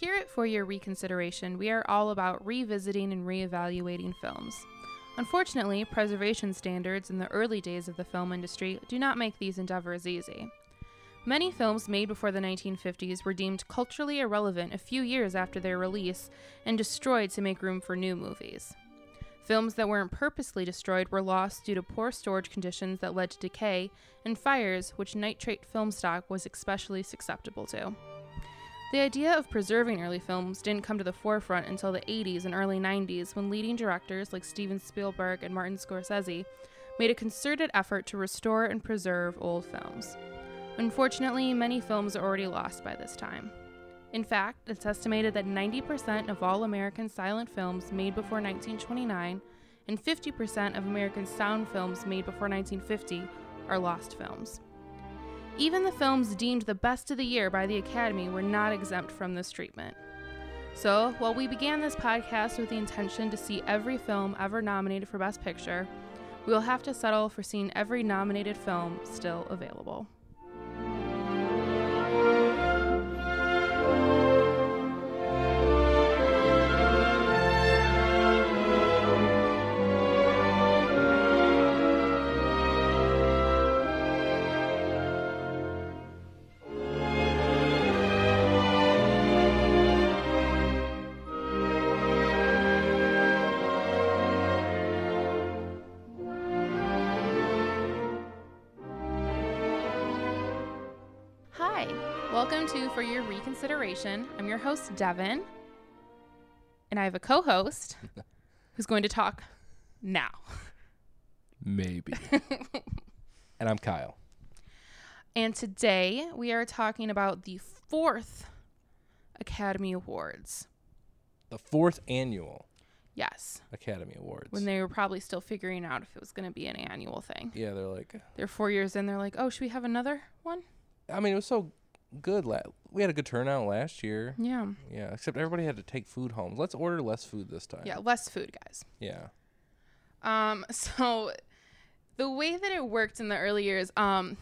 Here at For Your Reconsideration, we are all about revisiting and reevaluating films. Unfortunately, preservation standards in the early days of the film industry do not make these endeavors easy. Many films made before the 1950s were deemed culturally irrelevant a few years after their release and destroyed to make room for new movies. Films that weren't purposely destroyed were lost due to poor storage conditions that led to decay and fires, which nitrate film stock was especially susceptible to. The idea of preserving early films didn't come to the forefront until the 80s and early 90s when leading directors like Steven Spielberg and Martin Scorsese made a concerted effort to restore and preserve old films. Unfortunately, many films are already lost by this time. In fact, it's estimated that 90% of all American silent films made before 1929 and 50% of American sound films made before 1950 are lost films. Even the films deemed the best of the year by the Academy were not exempt from this treatment. So, while we began this podcast with the intention to see every film ever nominated for Best Picture, we will have to settle for seeing every nominated film still available. Hi, welcome to For Your Reconsideration. I'm your host, Devin, and I have a co host who's going to talk now. Maybe. and I'm Kyle. And today we are talking about the fourth Academy Awards. The fourth annual Yes, Academy Awards. when they were probably still figuring out if it was going to be an annual thing. yeah, they're like, They're four years in, they're like, oh, should we have another one? I mean, it was so good. La- we had a good turnout last year. Yeah. Yeah, except everybody had to take food home. Let's order less food this time. Yeah, less food, guys. Yeah. Um, so the way that it worked in the early years, um,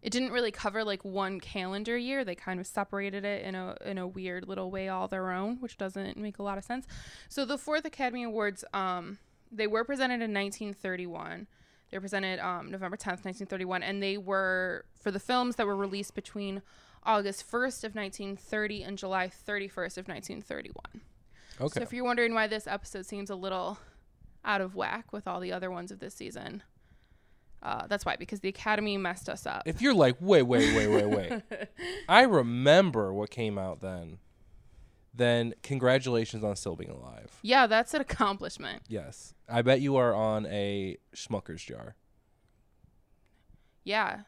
it didn't really cover like one calendar year. They kind of separated it in a in a weird little way all their own, which doesn't make a lot of sense. So the fourth Academy Awards, um, they were presented in 1931. They were presented um, November 10th, 1931, and they were for the films that were released between August 1st of 1930 and July 31st of 1931. Okay. So if you're wondering why this episode seems a little out of whack with all the other ones of this season, uh, that's why because the Academy messed us up. if you're like, wait, wait, wait, wait, wait. I remember what came out then. Then congratulations on still being alive. yeah, that's an accomplishment. Yes. I bet you are on a Schmucker's jar. Yeah,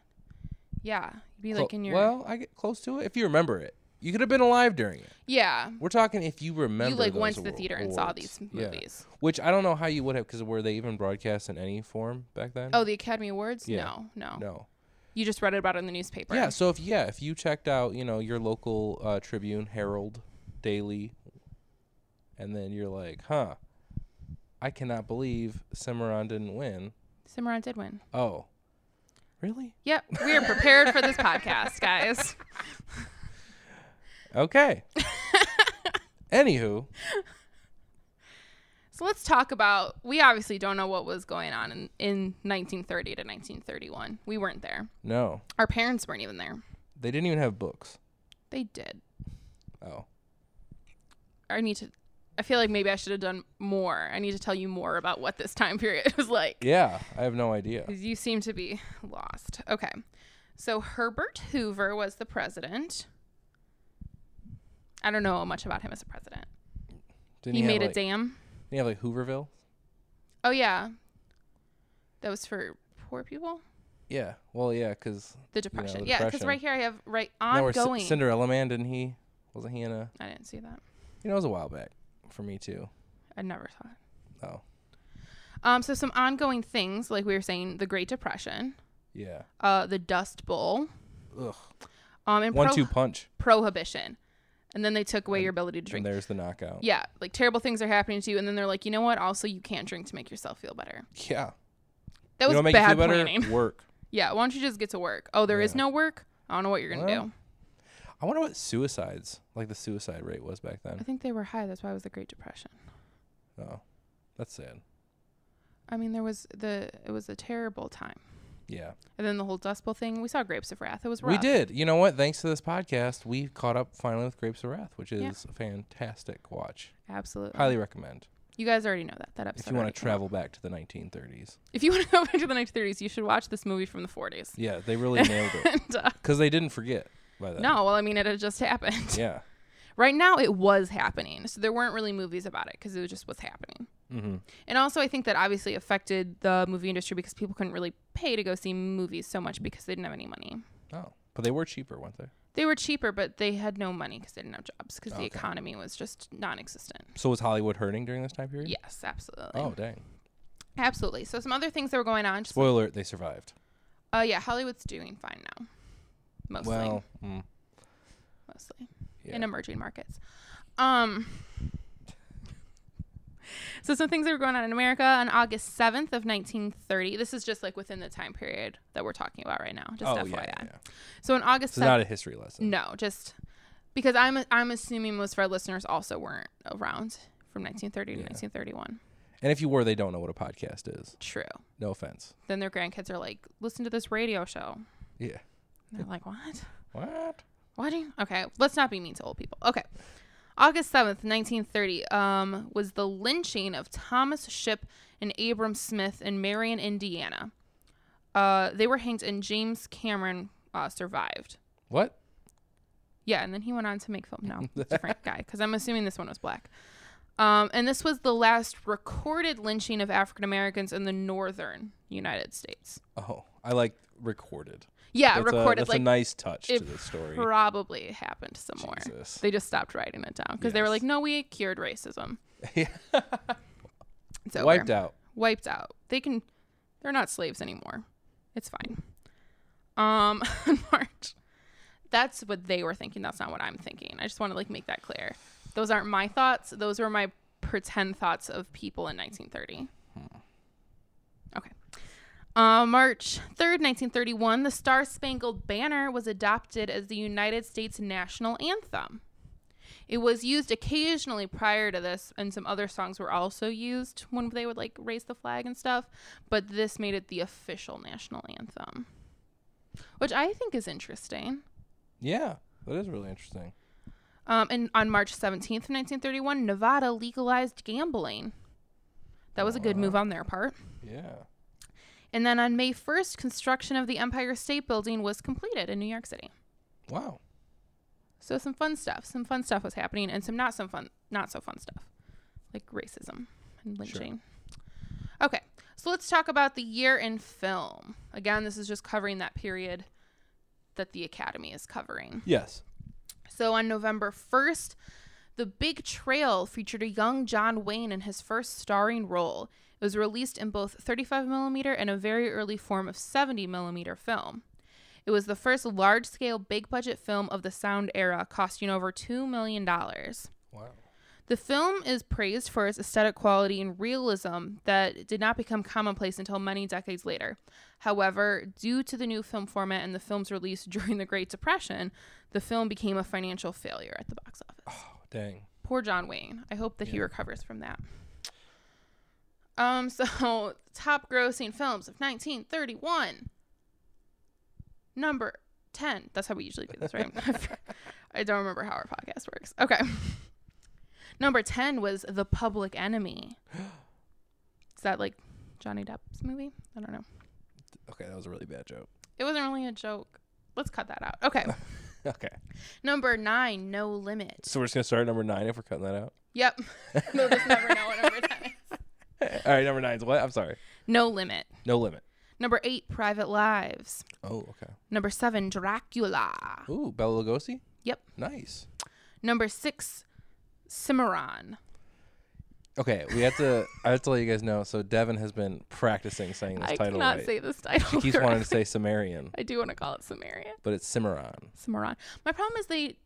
yeah. You'd be Clo- like in your well, I get close to it. If you remember it, you could have been alive during it. yeah. We're talking if you remember. You like those went to the awar- theater and saw awards. these Yeah. movies. Which I don't know how you would have, because were they even broadcast in any form back then? Oh, the Academy Awards? Yeah. No, no, no. You just read about it in the newspaper. Yeah. So if yeah, if you checked out, you know, your local uh, Tribune, Herald, Daily, and then you're like, huh, I cannot believe Cimarron didn't win. Cimarron did win. Oh, really? Yep, we are prepared for this podcast, guys. Okay. Anywho, So let's talk about. We obviously don't know what was going on in, in 1930 to 1931. We weren't there. no, Our parents weren't even there. they didn't even have books. They did. Oh, I need to. I feel like maybe I should have done more. I need to tell you more about what this time period was like. yeah, I have no idea. 'Cause You seem to be lost. Okay. So Herbert Hoover was the president. I don't know much about him as a president. Didn't he have, made a like- dam. Didn't he have like Hooverville? Oh, yeah. That was for poor people? Yeah. Well, yeah, because The Depression. the Yeah, because Depression. right here I have right now we're ongoing. C- Cinderella Man, didn't he? Wasn't he in a? I didn't see that. You know, it was a while back for me too. I never saw it. Oh, Um, so some ongoing things, like we were saying, the Great Depression, yeah. uh, the Dust Bowl, Ugh. um, and pro- One-two punch. prohibition. And then they took away your ability to And drink. there's the knockout. Yeah, like terrible things are happening to you. And then they're like, you know what? Also, you can't drink to make yourself feel better. Yeah. That was you know, what make bad you feel better. planning. Work. yeah, why don't you just get to work? Oh, there is Yeah. no work? I don't know what you're going to Well, do. I wonder what suicides, like the suicide rate was back I then. think they were high. That's why it was the Great Depression. Oh, that's sad. I mean, there was the it was a terrible time, Yeah. and then the whole Dust Bowl thing. We saw Grapes of Wrath. It was rough. We did. You know what? Thanks to this podcast, we caught up finally with Grapes of Wrath, which is Yeah. a fantastic watch. absolutely. Highly recommend you guys already know that that episode. if you want already to came out. travel back to the 1930s. if you want to go back to the 1930s, you should watch this movie from the 40s. Yeah, they really nailed it and, uh, because they didn't forget by that. no, well, I mean, it had just happened. Yeah. Right now, it was happening, so there weren't really movies about it because it was just what's happening. Mm-hmm. And also, I think that obviously affected the movie industry because people couldn't really pay to go see movies so much because they didn't have any money. Oh, but they were cheaper, weren't they? They were cheaper, but they had no money because they didn't have jobs because the Okay. economy was just non-existent. So was Hollywood hurting during this time period? Yes, absolutely. Oh, dang. Absolutely. So some other things that were going on. Just, Spoiler: They survived. uh, yeah, Hollywood's doing fine now. Mostly. Well, mm, mostly. yeah. in emerging markets. Um, so some things that were going on in America on August 7th of 1930. This is just like within the time period that we're talking about right now. Just oh FYI. yeah, yeah. So Mm. on August So 7th, not a history lesson. no, just because I'm I'm assuming most of our listeners also weren't around from 1930 to Yeah. 1931. And if you were, they don't know what a podcast is. True. No offense. Then their grandkids are like, listen to this radio show. Yeah. And they're like, what? What? Why do you? Okay, let's not be mean to old people. Okay. August 7th, 1930, um, was the lynching of Thomas Ship and Abram Smith in Marion, Indiana. Uh, they were hanged, and James Cameron uh, survived. What? Yeah, and then he went on to make film. No, different guy, because I'm assuming this one was black. Um, and this was the last recorded lynching of African Americans in the northern United States. Oh, I like recorded. Yeah, That's a, recorded. that's like a nice touch to it the story. probably happened somewhere. Jesus. They just stopped writing it down because they were Yes. like, no, we cured racism. Yeah. It's over. Wiped out. Wiped out. They can, they're not slaves anymore. It's fine. Um, March. That's what they were thinking. That's not what I'm thinking. I just want to like make that clear. Those aren't my thoughts. Those were my pretend thoughts of people in 1930. Hmm. Okay. Uh, March 3rd, 1931, the Star Spangled Banner was adopted as the United States national anthem. It was used occasionally prior to this, and some other songs were also used when they would like raise the flag and stuff, but this made it the official national anthem, which I think is interesting. Yeah. That is really interesting. Um, and on March 17th, 1931, Nevada legalized gambling. That was a good move on their part. Yeah. And then on May 1st, construction of the Empire State Building was completed in New York City. Wow. So some fun stuff, some fun stuff was happening, and some not so fun, not so fun stuff, like racism and lynching. Okay, so let's talk about the year in film. Again, this is just covering that period that the Academy is covering. Yes. So on November 1st, The Big Trail featured a young John Wayne in his first starring role. It was released in both 35mm and a very early form of 70mm film. It was the first large scale, big budget film of the sound era, costing over $2 million. Wow. The film is praised for its aesthetic quality and realism that did not become commonplace until many decades later. However, due to the new film format and the film's release during the Great Depression, the film became a financial failure at the box office. Oh, dang. Poor John Wayne. I hope that he Yeah. recovers from that. Um, so top grossing films of 1931. Number 10. That's how we usually do this, right? I don't remember how our podcast works. Okay. Number 10 was The Public Enemy. Is that like Johnny Depp's movie? I don't know. Okay, that was a really bad joke. It wasn't really a joke. Let's cut that out. Okay. Okay. Number 9, No Limit. So we're just gonna start at number nine if we're cutting that out. Yep. They'll just never know what number 10 is. All right, number nine's what? I'm sorry. No Limit. No limit. Number eight, Private Lives. Oh, okay. Number seven, Dracula. Ooh, Bella Lugosi. Yep. Nice. Number six, Cimarron. Okay, we have to. I have to let you guys know. So Devin has been practicing saying this I title cannot right. say this title. He's wanted to say Sumerian, I do want to call it Sumerian. but it's Cimarron. Cimarron. My problem is they.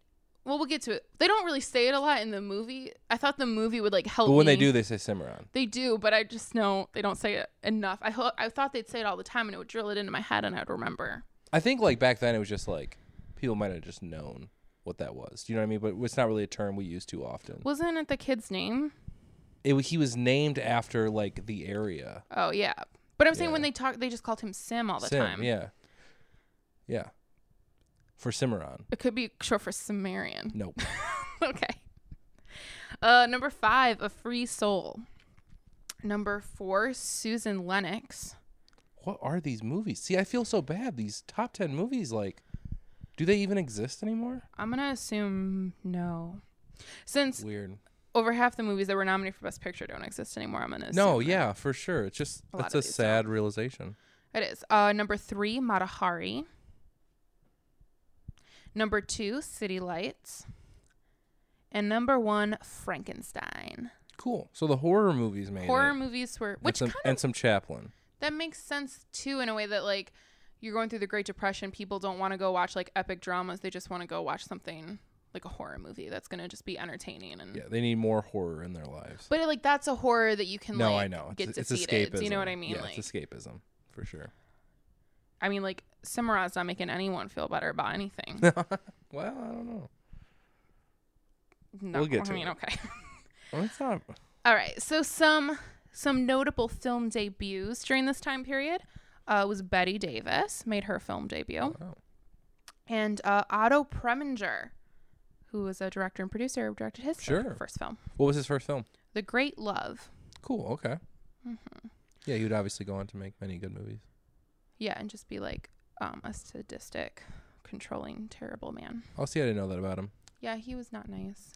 Well, we'll get to it. They don't really say it a lot in the movie. I thought the movie would like help. But when they me. do, they say Cimarron. they do. But I just know they don't say it enough. I ho- I thought they'd say it all the time, and it would drill it into my head, and I'd remember. I think like back then it was just like people might have just known. what that was. Do you know what I mean? But it's not really a term we use too often. Wasn't it the kid's name? It, wa- he was named after like the area. Oh yeah. But I'm saying when Yeah. they talk, they just called him Sim all the Sim, time. Yeah. Yeah. For Cimarron. It could be short for Sumerian. Nope. okay. Uh, number five, a free soul. Number four, Susan Lennox. what are these movies? See, I feel so bad. These top 10 movies, like, do they even exist anymore? I'm gonna assume no, since Weird. over half the movies that were nominated for Best Picture don't exist anymore. I'm gonna assume No, that. yeah, for sure. It's just, A lot that's of a these sad realization. It is. Uh, number three, Mata Hari. Number two, City Lights. And number one, Frankenstein. Cool. So the horror movies made it. Horror movies were, and which some, kind of and some Chaplin. that makes sense too, in a way that like you're going through the Great Depression, people don't want to go watch like epic dramas; they just want to go watch something like a horror movie that's gonna just be entertaining and. Yeah, they need more horror in their lives. Mm. But like that's a horror that you can no, like I know. get It's, it's defeated. escapism. Do you know what I mean? Yeah, like it's escapism for sure. I mean like Simran's not making anyone feel better about anything. Well, I don't know. No, We'll get I to mean, it. okay. I mean, it's not. All right. So some some notable film debuts during this time period uh, was Betty Davis made her film debut, Wow. and uh, Otto Preminger, who was a director and producer, directed his film- Sure. first film, What was his first film? The Great Love. Cool. Okay. Mm-hmm. Yeah, he would obviously go on to make many good movies. Yeah, and just be like um, a sadistic, controlling, terrible man. Oh, see, I didn't know that about him. Yeah, he was not nice.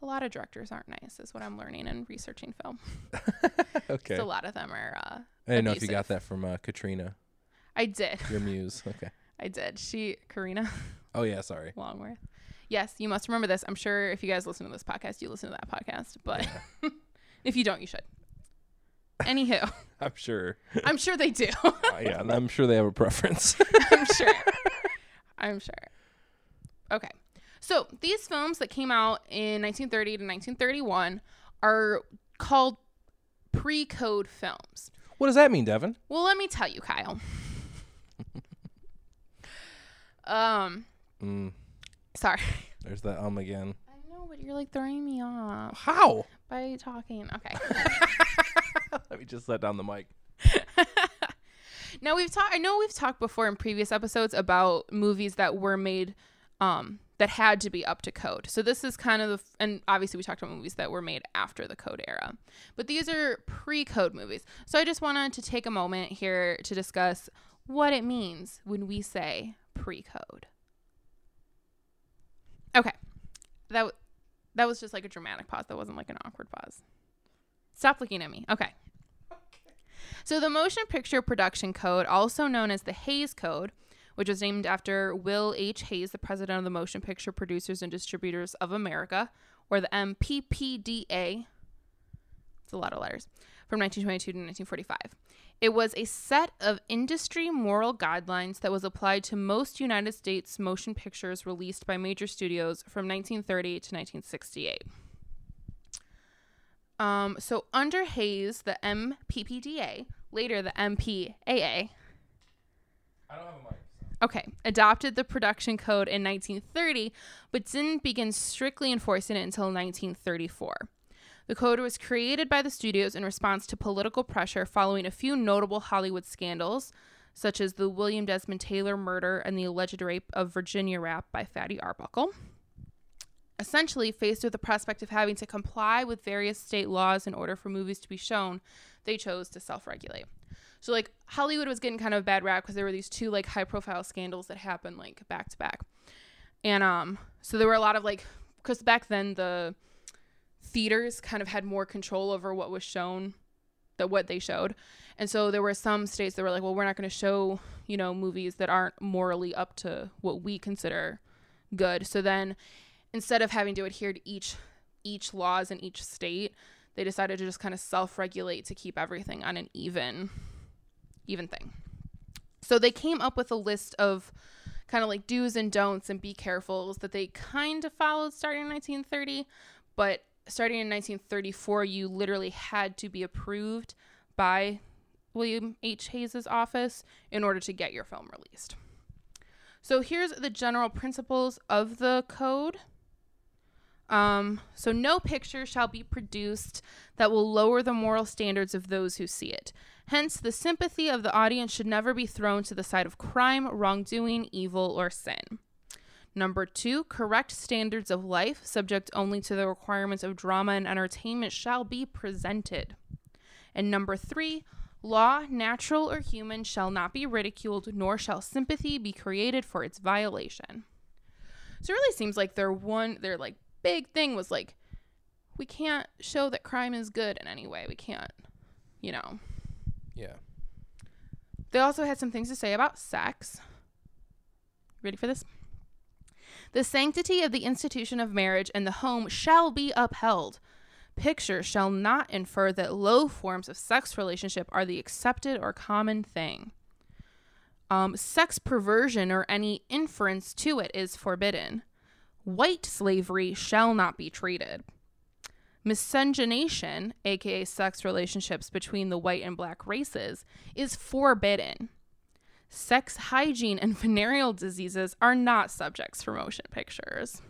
A lot of directors aren't nice, is what I'm learning and researching film. okay. So a lot of them are. Uh, I didn't know if you abusive. got that from uh, Katrina, I did. your muse. Okay. I did. She, Karina. Oh yeah, sorry. Longworth. Yes, you must remember this. I'm sure if you guys listen to this podcast, you listen to that podcast, but if you don't, you should. Anywho, I'm sure. I'm sure they do. Uh, yeah, and I'm sure they have a preference. I'm sure. I'm sure. Okay. So these films that came out in 1930 to 1931 are called pre code films. what does that mean, Devin? Well, let me tell you, Kyle. um, Mm, sorry. there's that um again. I know, but you're like throwing me off. How? by talking. Okay. Let me just let down the mic. now we've talked. I know we've talked before in previous episodes about movies that were made, um, that had to be up to code. So this is kind of the, f- and obviously we talked about movies that were made after the code era, but these are pre-code movies. So I just wanted to take a moment here to discuss what it means when we say pre-code. Okay, that w- that was just like a dramatic pause. That wasn't like an awkward pause. Stop looking at me. Okay. So, the Motion Picture Production Code, also known as the Hayes Code, which was named after Will H. Hayes, the president of the Motion Picture Producers and Distributors of America, or the MPPDA. It's a lot of letters. From 1922 to 1945. It was a set of industry moral guidelines that was applied to most United States motion pictures released by major studios from 1930 to 1968. Um, so under Hayes, the MPPDA, later the MPAA, I don't have a mic. okay, adopted the production code in 1930, but didn't begin strictly enforcing it until 1934. The code was created by the studios in response to political pressure following a few notable Hollywood scandals, such as the William Desmond Taylor murder and the alleged rape of Virginia Rapp by Fatty Arbuckle. Essentially, faced with the prospect of having to comply with various state laws in order for movies to be shown, they chose to self regulate. So, like, Hollywood was getting kind of a bad rap because there were these two, like, high profile scandals that happened, like, back to back. And um, so there were a lot of, like, because back then the theaters kind of had more control over what was shown, that what they showed. And so there were some states that were like, well, we're not going to show, you know, movies that aren't morally up to what we consider good. So then instead of having to adhere to each each laws in each state, they decided to just kind of self-regulate to keep everything on an even even thing. So they came up with a list of kind of like do's and don'ts and be carefuls that they kind of followed starting in 1930, but starting in 1934 you literally had to be approved by William H. Hayes's office in order to get your film released. So here's the general principles of the code. Um, so no picture shall be produced that will lower the moral standards of those who see it. Hence, the sympathy of the audience should never be thrown to the side of crime, wrongdoing, evil, or sin. Number two, correct standards of life, subject only to the requirements of drama and entertainment, shall be presented. And number three, law, natural or human, shall not be ridiculed, nor shall sympathy be created for its violation. So it really seems like their one, their like big thing was like, we can't show that crime is good in any way. We can't, you know. Yeah. They also had some things to say about sex. Ready for this? The sanctity of the institution of marriage and the home shall be upheld. Picture shall not infer that low forms of sex relationship are the accepted or common thing. Um, sex perversion or any inference to it is forbidden. White slavery shall not be treated. Miscegenation, aka sex relationships between the white and black races, is forbidden sex hygiene and venereal diseases are not subjects for motion pictures.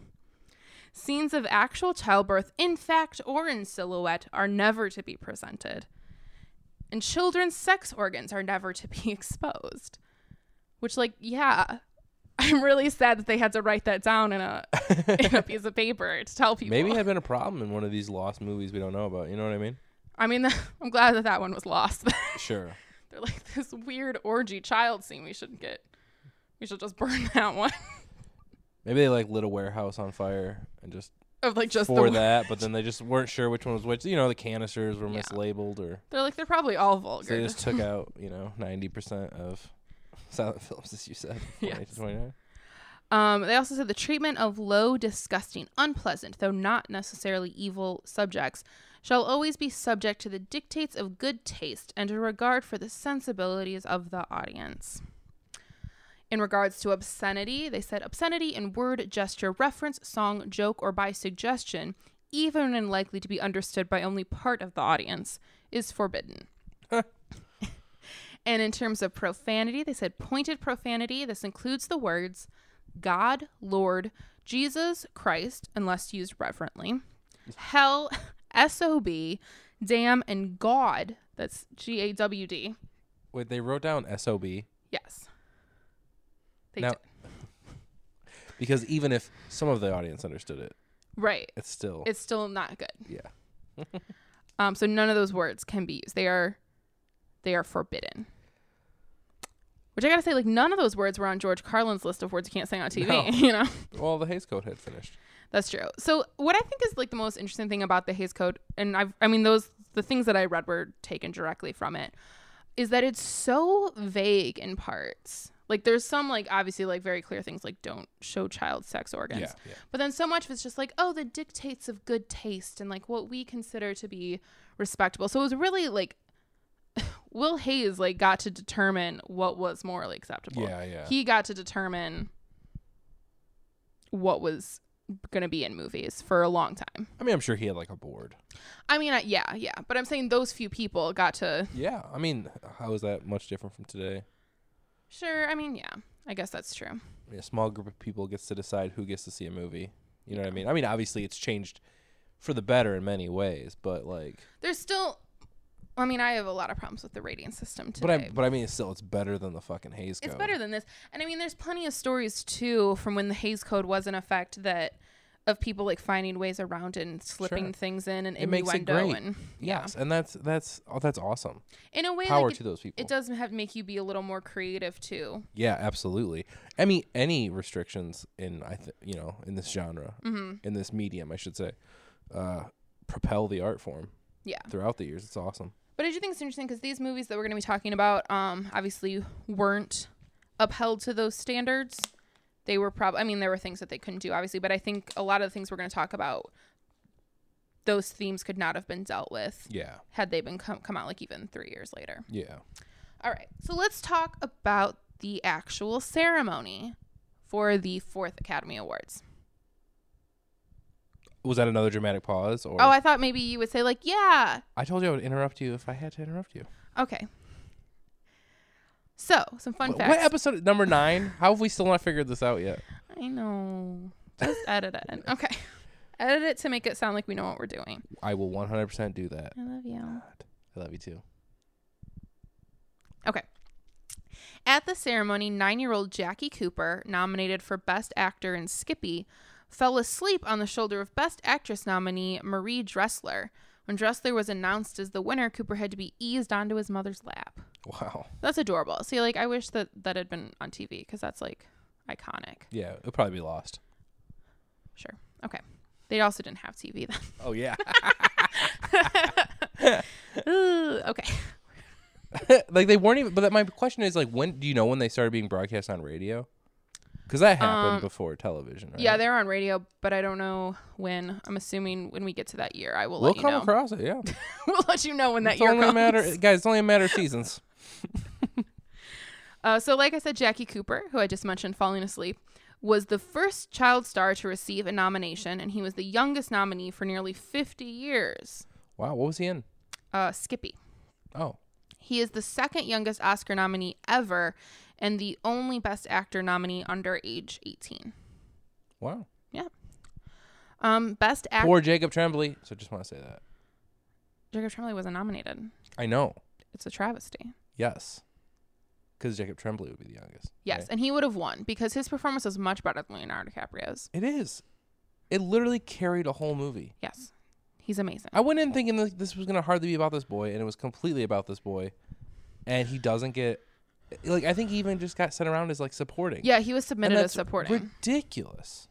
Scenes of actual childbirth, in fact or in silhouette, are never to be presented. And children's sex organs are never to be exposed. Which, like, yeah, I'm really sad that they had to write that down in a, in a piece of paper to tell people. Maybe it had been a problem in one of these lost movies we don't know about. You know what I mean? I mean, I'm glad that that one was lost. Sure. They're like this weird orgy child scene. We should get. We should just burn that one Maybe they like lit a warehouse on fire and just of like just for the. that, but then they just weren't sure which one was which. You know, the canisters were Yeah. mislabeled, or They're like they're probably all so they vulgar. just took out you know ninety percent of silent films, as you said. 28 to Yes. 29. um, they also said the treatment of low, disgusting, unpleasant, though not necessarily evil subjects shall always be subject to the dictates of good taste and a regard for the sensibilities of the audience. In regards to obscenity, they said obscenity in word, gesture, reference, song, joke, or by suggestion, even when likely to be understood by only part of the audience, is forbidden. and in terms of profanity, they said pointed profanity. This includes the words God, Lord, Jesus, Christ, unless used reverently, hell, SOB, damn, and God. That's G A W D. Wait, they wrote down sob Yes. They now did. because even if some of the audience understood it, Right. it's still It's still not good. yeah. Um, so none of those words can be used. They are they are forbidden. Which I gotta say, like none of those words were on George Carlin's list of words you can't say on TV. No. You know, Well, the Hayes Code had finished. that's true. So what I think is like the most interesting thing about the Hayes Code, and I've, I mean those the things that I read were taken directly from it, is that it's so vague in parts. Like there's some like obviously like very clear things like don't show child sex organs. Yeah, yeah. But then so much of it's just like, oh, the dictates of good taste and like what we consider to be respectable. So it was really like Will Hayes like got to determine what was morally acceptable. Yeah, yeah. He got to determine what was going to be in movies for a long time. I mean, I'm sure he had like a board. I mean, I, yeah, yeah, but I'm saying those few people got to Yeah, I mean, how is that much different from today? Sure, I mean, yeah. I guess that's true. I mean, a small group of people gets to decide who gets to see a movie. You know what I mean? I mean, obviously, it's changed for the better in many ways, but like, There's still I mean, I have a lot of problems with the rating system today. but I, but I mean, it's still, it's better than the fucking Hayes Code. It's better than this. And I mean, there's plenty of stories too from when the Hayes Code was in effect that of people like finding ways around it and slipping Sure. things in and It makes it innuendo great. and yes, and that's that's oh, that's awesome. in a way Power like it, to those people. it does have make you be a little more creative too. Yeah, absolutely. I mean, any restrictions in I th- you know in this genre, Mm-hmm. in this medium, I should say, uh, propel the art form. Yeah. Throughout the years, it's awesome. But I do think it's interesting because these movies that we're going to be talking about, um, obviously weren't upheld to those standards. They were probably, I mean, there were things that they couldn't do, obviously, but I think a lot of the things we're going to talk about, those themes could not have been dealt with Yeah. had they been come, come out like even three years later. Yeah. All right, so let's talk about the actual ceremony for the fourth Academy Awards. Was that another dramatic pause? Or Oh, I thought maybe you would say, like, yeah. I told you I would interrupt you if I had to interrupt you. Okay. So, some fun Wh- facts. What episode? Number nine? How have we still not figured this out yet? I know. Just edit it. Okay. Edit it to make it sound like we know what we're doing. I will 100% do that. I love you. I love you too. At the ceremony, nine year old Jackie Cooper, nominated for Best Actor in Skippy, fell asleep on the shoulder of Best Actress nominee Marie Dressler. When Dressler was announced as the winner, Cooper had to be eased onto his mother's lap. Wow. That's adorable. See, like, I wish that that had been on TV because that's like iconic. Yeah, it'll probably be lost. Sure. Okay. They also didn't have TV then. Oh yeah. Ooh, okay. like they weren't even. But that, my question is like, when do you know when they started being broadcast on radio? Because that happened Um, before television, right? Yeah, they're on radio, but I don't know when. I'm assuming when we get to that year, I will We'll let you come know. across it. Yeah. we'll let you know when that it's year only comes. a matter, guys. It's only a matter of seasons. Uh, so, like I said, Jackie Cooper, who I just mentioned falling asleep, was the first child star to receive a nomination, and he was the youngest nominee for nearly 50 years. Wow. What was he in? Uh, Skippy. Oh. He is the second youngest Oscar nominee ever and the only Best Actor nominee under age 18. Wow. Um, Best Actor. Poor Jacob Tremblay. So just want to say that. Jacob Tremblay wasn't nominated. I know. It's a travesty. Yes. Because Jacob Tremblay would be the youngest. Yes, right? and he would have won because his performance was much better than Leonardo DiCaprio's. It is. It literally carried a whole movie. Yes, he's amazing. I went in thinking that this was gonna hardly be about this boy, and it was completely about this boy, and he doesn't get like I think he even just got sent around as like supporting. Yeah, he was and submitted as that's supporting. Ridiculous.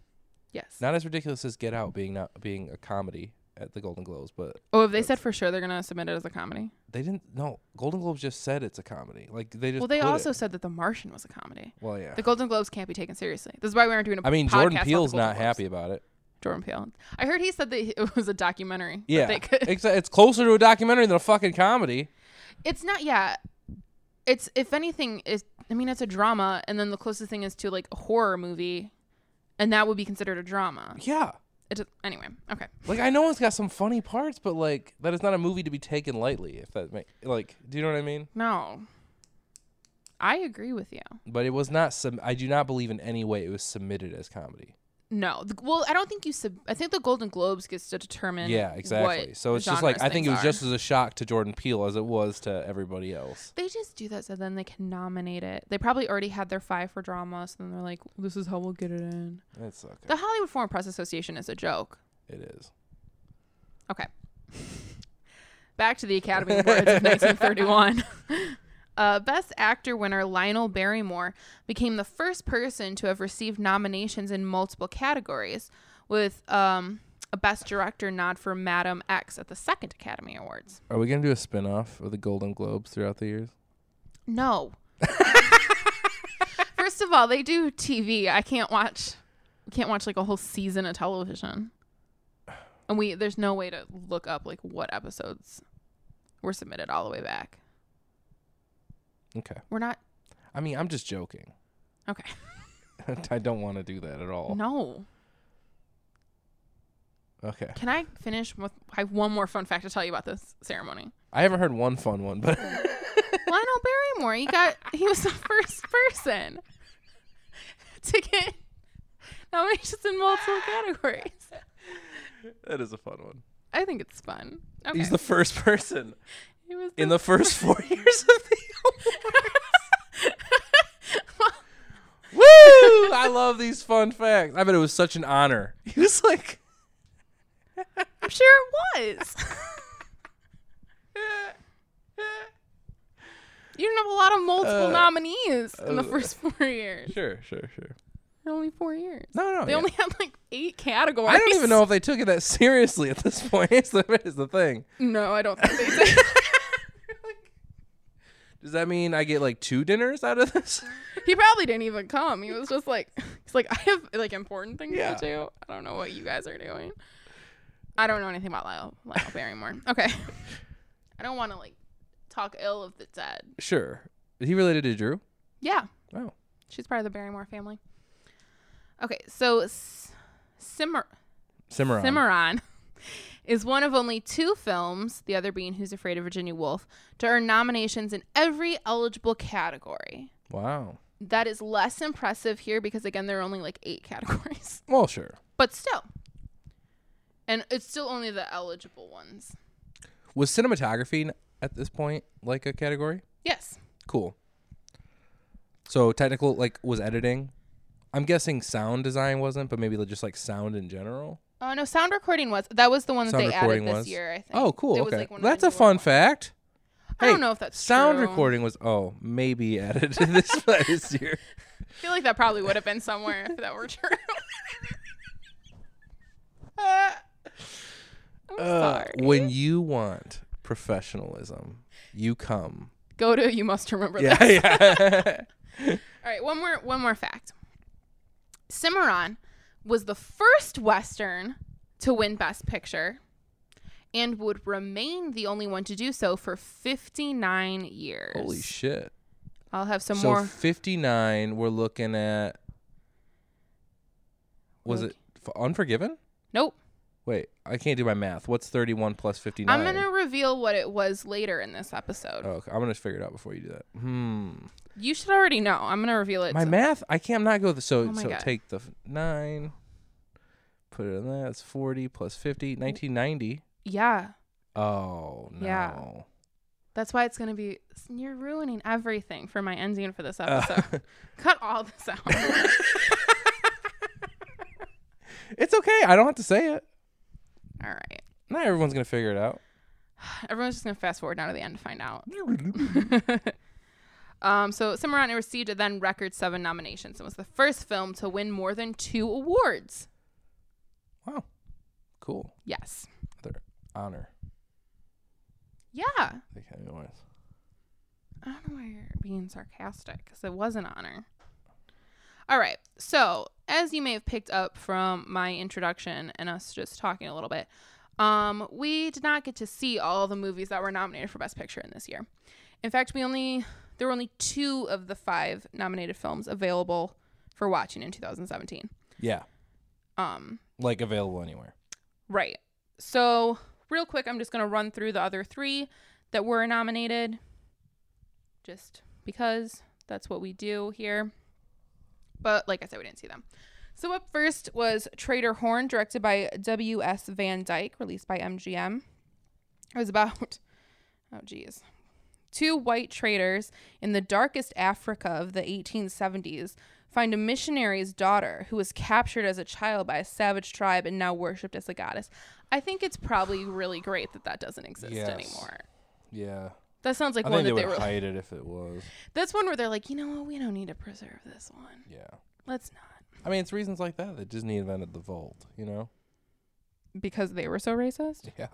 yes. Not as ridiculous as Get Out being not being a comedy at the Golden Globes, but oh, have they said for sure they're gonna submit it as a comedy? they didn't. No, Golden Globes just said it's a comedy. Like they just. Well, they put it- also said that The Martian was a comedy. Well, yeah. The Golden Globes can't be taken seriously. This is why we aren't doing a I mean, podcast Jordan about the Peele's Golden not Globes. happy about it. Jordan Peele. I heard he said that it was a documentary. that Yeah, they could- it's, it's closer to a documentary than a fucking comedy. it's not. Yeah, it's if anything is. I mean, it's a drama, and then the closest thing is to like a horror movie, and that would be considered a drama. Yeah. It just, anyway. Okay. Like I know it's got some funny parts, but like that is not a movie to be taken lightly. If that make like, do you know what I mean? No. I agree with you. But it was not. Sub- I do not believe in any way it was submitted as comedy. No. The, well, I don't think you sub. I think the Golden Globes gets to determine. yeah, what exactly. So it's just like genres I think it things was are. just as a shock to Jordan Peele as it was to everybody else. They just do that so then they can nominate it. They probably already had their five for drama, so then they're like, "This is how we'll get it in." It's okay. The Hollywood Foreign Press Association is a joke. It is. Okay. Back to the Academy Awards of 1931. Uh, Best Actor winner Lionel Barrymore became the first person to have received nominations in multiple categories, with um, a Best Director nod for Madam X at the second Academy Awards. Are we gonna do a spin off of the Golden Globes throughout the years? No. first of all, they do TV. I can't watch. We can't watch like a whole season of television. And we there's no way to look up like what episodes were submitted all the way back. Okay. We're not I mean, I'm just joking. Okay. I don't want to do that at all. No. Okay. Can I finish with I have one more fun fact to tell you about this ceremony. I haven't heard one fun one, but Lionel Barrymore, he got he was the first person to get nominations in multiple categories. that is a fun one. I think it's fun. Okay. He's the first person he was in the first four years of the Woo! I love these fun facts. I bet it was such an honor. He was like, I'm sure it was. you didn't have a lot of multiple Uh, nominees in the uh, first four years. sure, sure, sure. Only four years. No, no. They Oh, yeah. only had like eight categories. I don't even know if they took it that seriously at this point. Is the, is the thing. No, I don't think they did. Does that mean I get like two dinners out of this? he probably didn't even come. He was just like, he's like, I have like important things Yeah. to do. I don't know what you guys are doing. I don't know anything about Lyle, Lyle Barrymore. Okay. I don't want to like talk ill of the dead. Sure. Is he related to Drew? Yeah. Oh. She's part of the Barrymore family. Okay, so S- Simmer Cimarron. Cimarron is one of only two films, the other being Who's Afraid of Virginia Woolf, to earn nominations in every eligible category. Wow. That is less impressive here because, again, there are only like eight categories, Well, sure. but still. And it's still only the eligible ones. Was cinematography n- at this point like a category? Yes. Cool. So technical, like, was editing. I'm guessing sound design wasn't, but maybe just like sound in general. Oh no, sound recording was that was the one that Sound they added recording this was. year. I think. Oh, cool. It was, okay, like, one of the that's a newer fun ones. fact. I Hey, don't know if that's Sound true. recording was oh maybe added to this this year. I feel like that probably would have been somewhere if that were true. I'm Uh, sorry. when you want professionalism, you come. Go to you must remember Yeah, this. yeah. All right, one more one more fact. Cimarron was the first western to win best picture and would remain the only one to do so for 59 years. Holy shit! I'll have some so more 59, we're looking at. Was Like- it f- Unforgiven? Nope. Wait, I can't do my math. What's 31 plus 59? I'm going to reveal what it was later in this episode. Oh, okay. I'm gonna figure it out before you do that. Hmm. You should already know. I'm going to reveal it. My to- math, I can't not go. The, so Oh my so God. take the f- nine, put it on that. That's 40 plus 50, 1990. yeah. Oh no. Yeah. That's why it's going to be you're ruining everything for my ending for this Uh, episode. Cut all this out. it's okay. I don't have to say it. all right. Not everyone's gonna figure it out. Everyone's just going to fast forward now to the end to find out. um, so Cimarron received a then record seven nominations and was the first film to win more than two awards. Wow. Cool. Yes. Their honor. Yeah. The Academy Awards. I don't know why you're being sarcastic because it was an honor. All right. So, as you may have picked up from my introduction and us just talking a little bit, um, we did not get to see all the movies that were nominated for Best Picture in this year. In fact, we only there were only two of the five nominated films available for watching in 2017. Yeah. Um, Like available anywhere. Right. So, real quick, I'm just going to run through the other three that were nominated just because that's what we do here. But, like I said, we didn't see them. So, up first was Trader Horn, directed by W.S. Van Dyke, released by MGM. It was about, oh, geez. Two white traders in the darkest Africa of the 1870s find a missionary's daughter who was captured as a child by a savage tribe and now worshipped as a goddess. I think it's probably really great that that doesn't exist Yes. anymore. Yeah. That sounds like I one think that they they, would were. hide it if it was. That's one where they're like, you know what, we don't need to preserve this one. Yeah. Let's not I mean, it's reasons like that that Disney invented the vault. You know. because they were so racist. Is Yeah.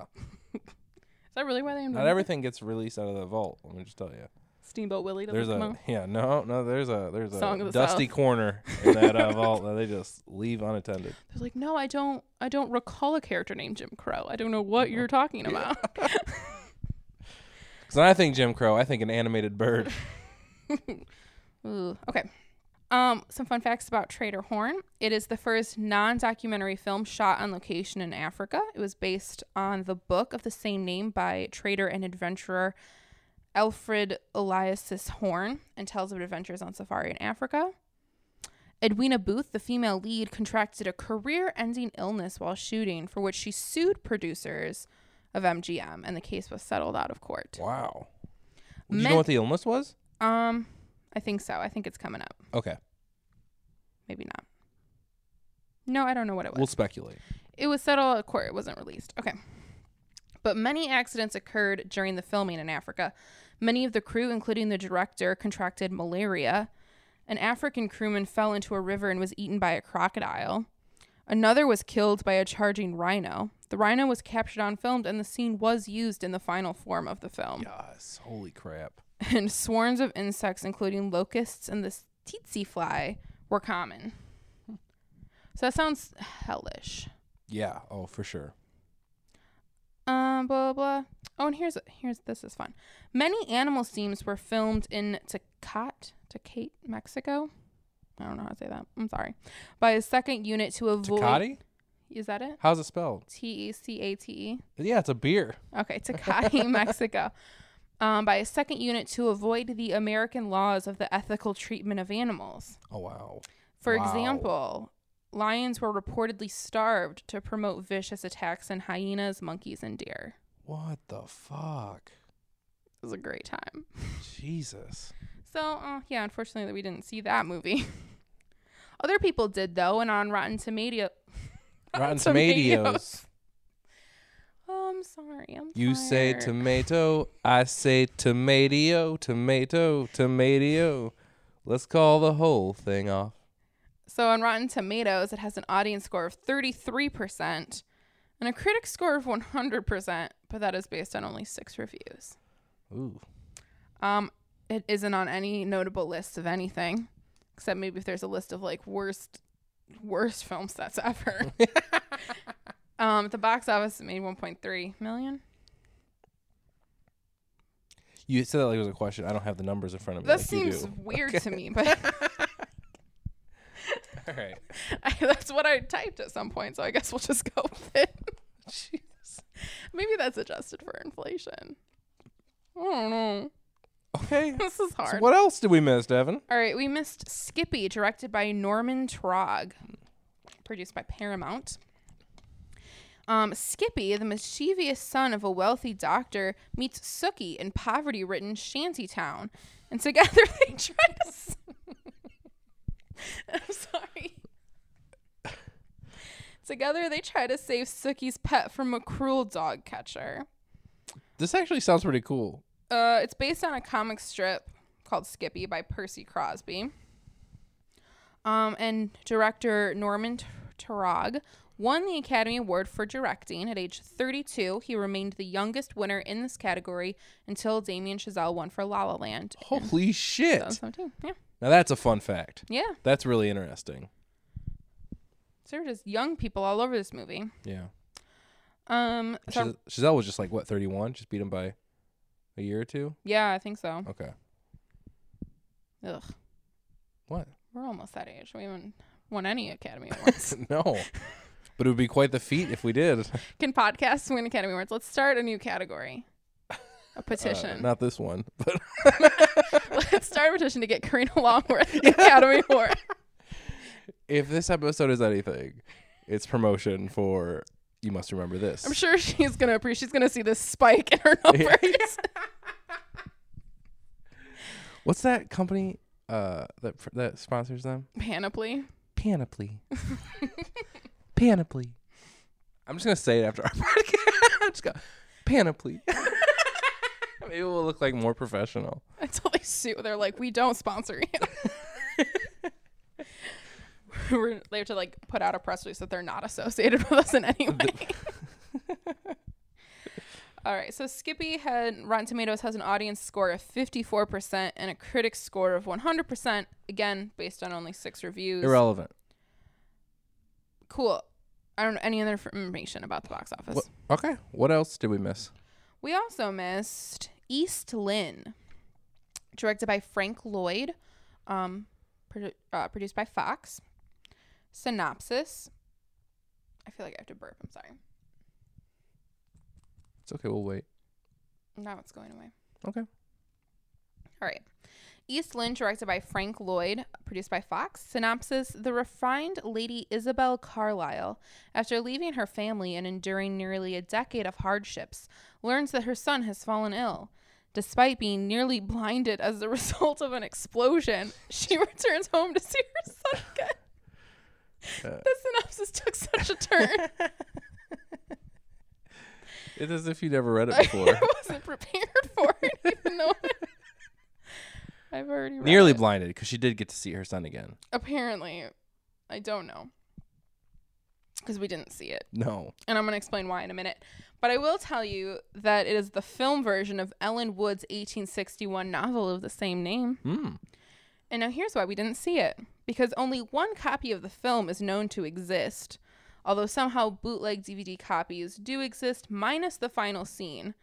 that really why they invented Not it? everything gets released out of the vault. Let me just tell you. Steamboat Willie? Doesn't There's come a out? yeah no no there's a there's Song of a the dusty corner in that uh, vault that they just leave unattended. They're like, no, I don't. I don't recall a character named Jim Crow. I don't know what you're talking about. Because I think Jim Crow, I think an animated bird. Ooh, okay. Um, some fun facts about Trader Horn. It is the first non-documentary film shot on location in Africa. It was based on the book of the same name by trader and adventurer Alfred Eliasis Horn and tells of adventures on safari in Africa. Edwina Booth, the female lead, contracted a career-ending illness while shooting, for which she sued producers of MGM, and the case was settled out of court. Wow. Do you Men- know what the illness was? Um, I think so. I think it's coming up. Okay, Maybe not. No, I don't know what it was. we'll speculate. it was settled at court. It wasn't released. Okay. But many accidents occurred during the filming in Africa. Many of the crew, including the director, contracted malaria. An African crewman fell into a river and was eaten by a crocodile. Another was killed by a charging rhino. The rhino was captured on film, and the scene was used in the final form of the film Yes. Holy crap. and swarms of insects, including locusts and the tsetse fly, were common. So that sounds hellish. Yeah. Oh, for sure. Um, blah blah. blah. Oh, and here's here's this is fun. Many animal scenes were filmed in Tecate, Tecate, Mexico. I don't know how to say that. I'm sorry. By a second unit to avoid. Takati? Is that it? How's it spelled? T E C A T E. Yeah, it's a beer. Okay, Tacai, Mexico, um, by a second unit to avoid the American laws of the ethical treatment of animals. Oh wow. For Wow. example, lions were reportedly starved to promote vicious attacks on hyenas, monkeys, and deer. What the fuck? It was a great time. Jesus. So, uh, yeah, unfortunately, that we didn't see that movie. Other people did, though, and on Rotten Tomato. Rotten tomatoes. Oh, I'm sorry. I'm You say tired. tomato, I say tomato, tomato, tomato. Let's call the whole thing off. So on Rotten Tomatoes, it has an audience score of 33% and a critic score of 100%, but that is based on only six reviews. Ooh. Um, it isn't on any notable lists of anything, except maybe if there's a list of like worst worst film sets ever. um, at the box office, it made 1.3 million. You said that like it was a question. I don't have the numbers in front of me. That like you seems do. weird to me, but All right. I, that's what I typed at some point, so I guess we'll just go with it. Jeez. Maybe that's adjusted for inflation. I don't know. Okay. This is So hard. what else did we miss, Devin? All right, we missed Skippy, directed by Norman Trog, produced by Paramount. Um, Skippy, the mischievous son of a wealthy doctor, meets Sookie in poverty ridden shantytown, and together they try to. S- I'm sorry. Together they try to save Sookie's pet from a cruel dog catcher. This actually sounds pretty cool. Uh, it's based on a comic strip called Skippy by Percy Crosby. Um, and director Norman T- Tarog won the Academy Award for directing at age 32. He remained the youngest winner in this category until Damien Chazelle won for La La Land. in Holy shit. 2017. Yeah, Now that's a fun fact. yeah. That's really interesting. So there are just young people all over this movie. Yeah. Um, so- Chaz- Chazelle was just like what, 31? Just beat him by a year or two? yeah, I think so. Okay. Ugh, What? we're almost that age. We haven't won any Academy Awards. No. but it would be quite the feat if we did. Uh, Can podcasts win Academy Awards? Let's start a new category. A Uh, petition. not this one, but Let's start a petition to get Karina Longworth an Academy Award. if this episode is anything, it's promotion for you must remember this. I'm sure she's gonna appreciate. She's gonna see this spike in her numbers. What's that company uh, that fr- that sponsors them? Panoply. Panoply. Panoply. I'm just gonna say it after our podcast. I'm just go Panoply. Maybe we'll look like more professional. Until they sue, they're like, we don't sponsor you. We're, they have to like put out a press release that they're not associated with us in any way. All right, so Skippy had Rotten Tomatoes has an audience score of 54% and a critic score of 100%, again, based on only six reviews. Irrelevant. cool. I don't know any other information about the box office. What, okay. What else did we miss? We also missed East Lynn, directed by Frank Lloyd, um, produ- uh, produced by Fox. Synopsis. I feel like I have to burp. I'm sorry. It's okay. We'll wait. Now it's going away. Okay. All right. East Lynn, directed by Frank Lloyd, produced by Fox. Synopsis The refined Lady Isabel Carlyle, after leaving her family and enduring nearly a decade of hardships, learns that her son has fallen ill. Despite being nearly blinded as the result of an explosion, she returns home to see her son again. Uh. the synopsis took such a turn. It's as if you never read it I before. wasn't prepared for it, even though I, have already read Nearly it. blinded because she did get to see her son again. apparently i don't know because we didn't see it No. and i'm going to explain why in a minute but i will tell you that it is the film version of ellen wood's 1861 novel of the same name Hmm. and now here's why we didn't see it because only one copy of the film is known to exist although somehow bootleg dvd copies do exist minus the final scene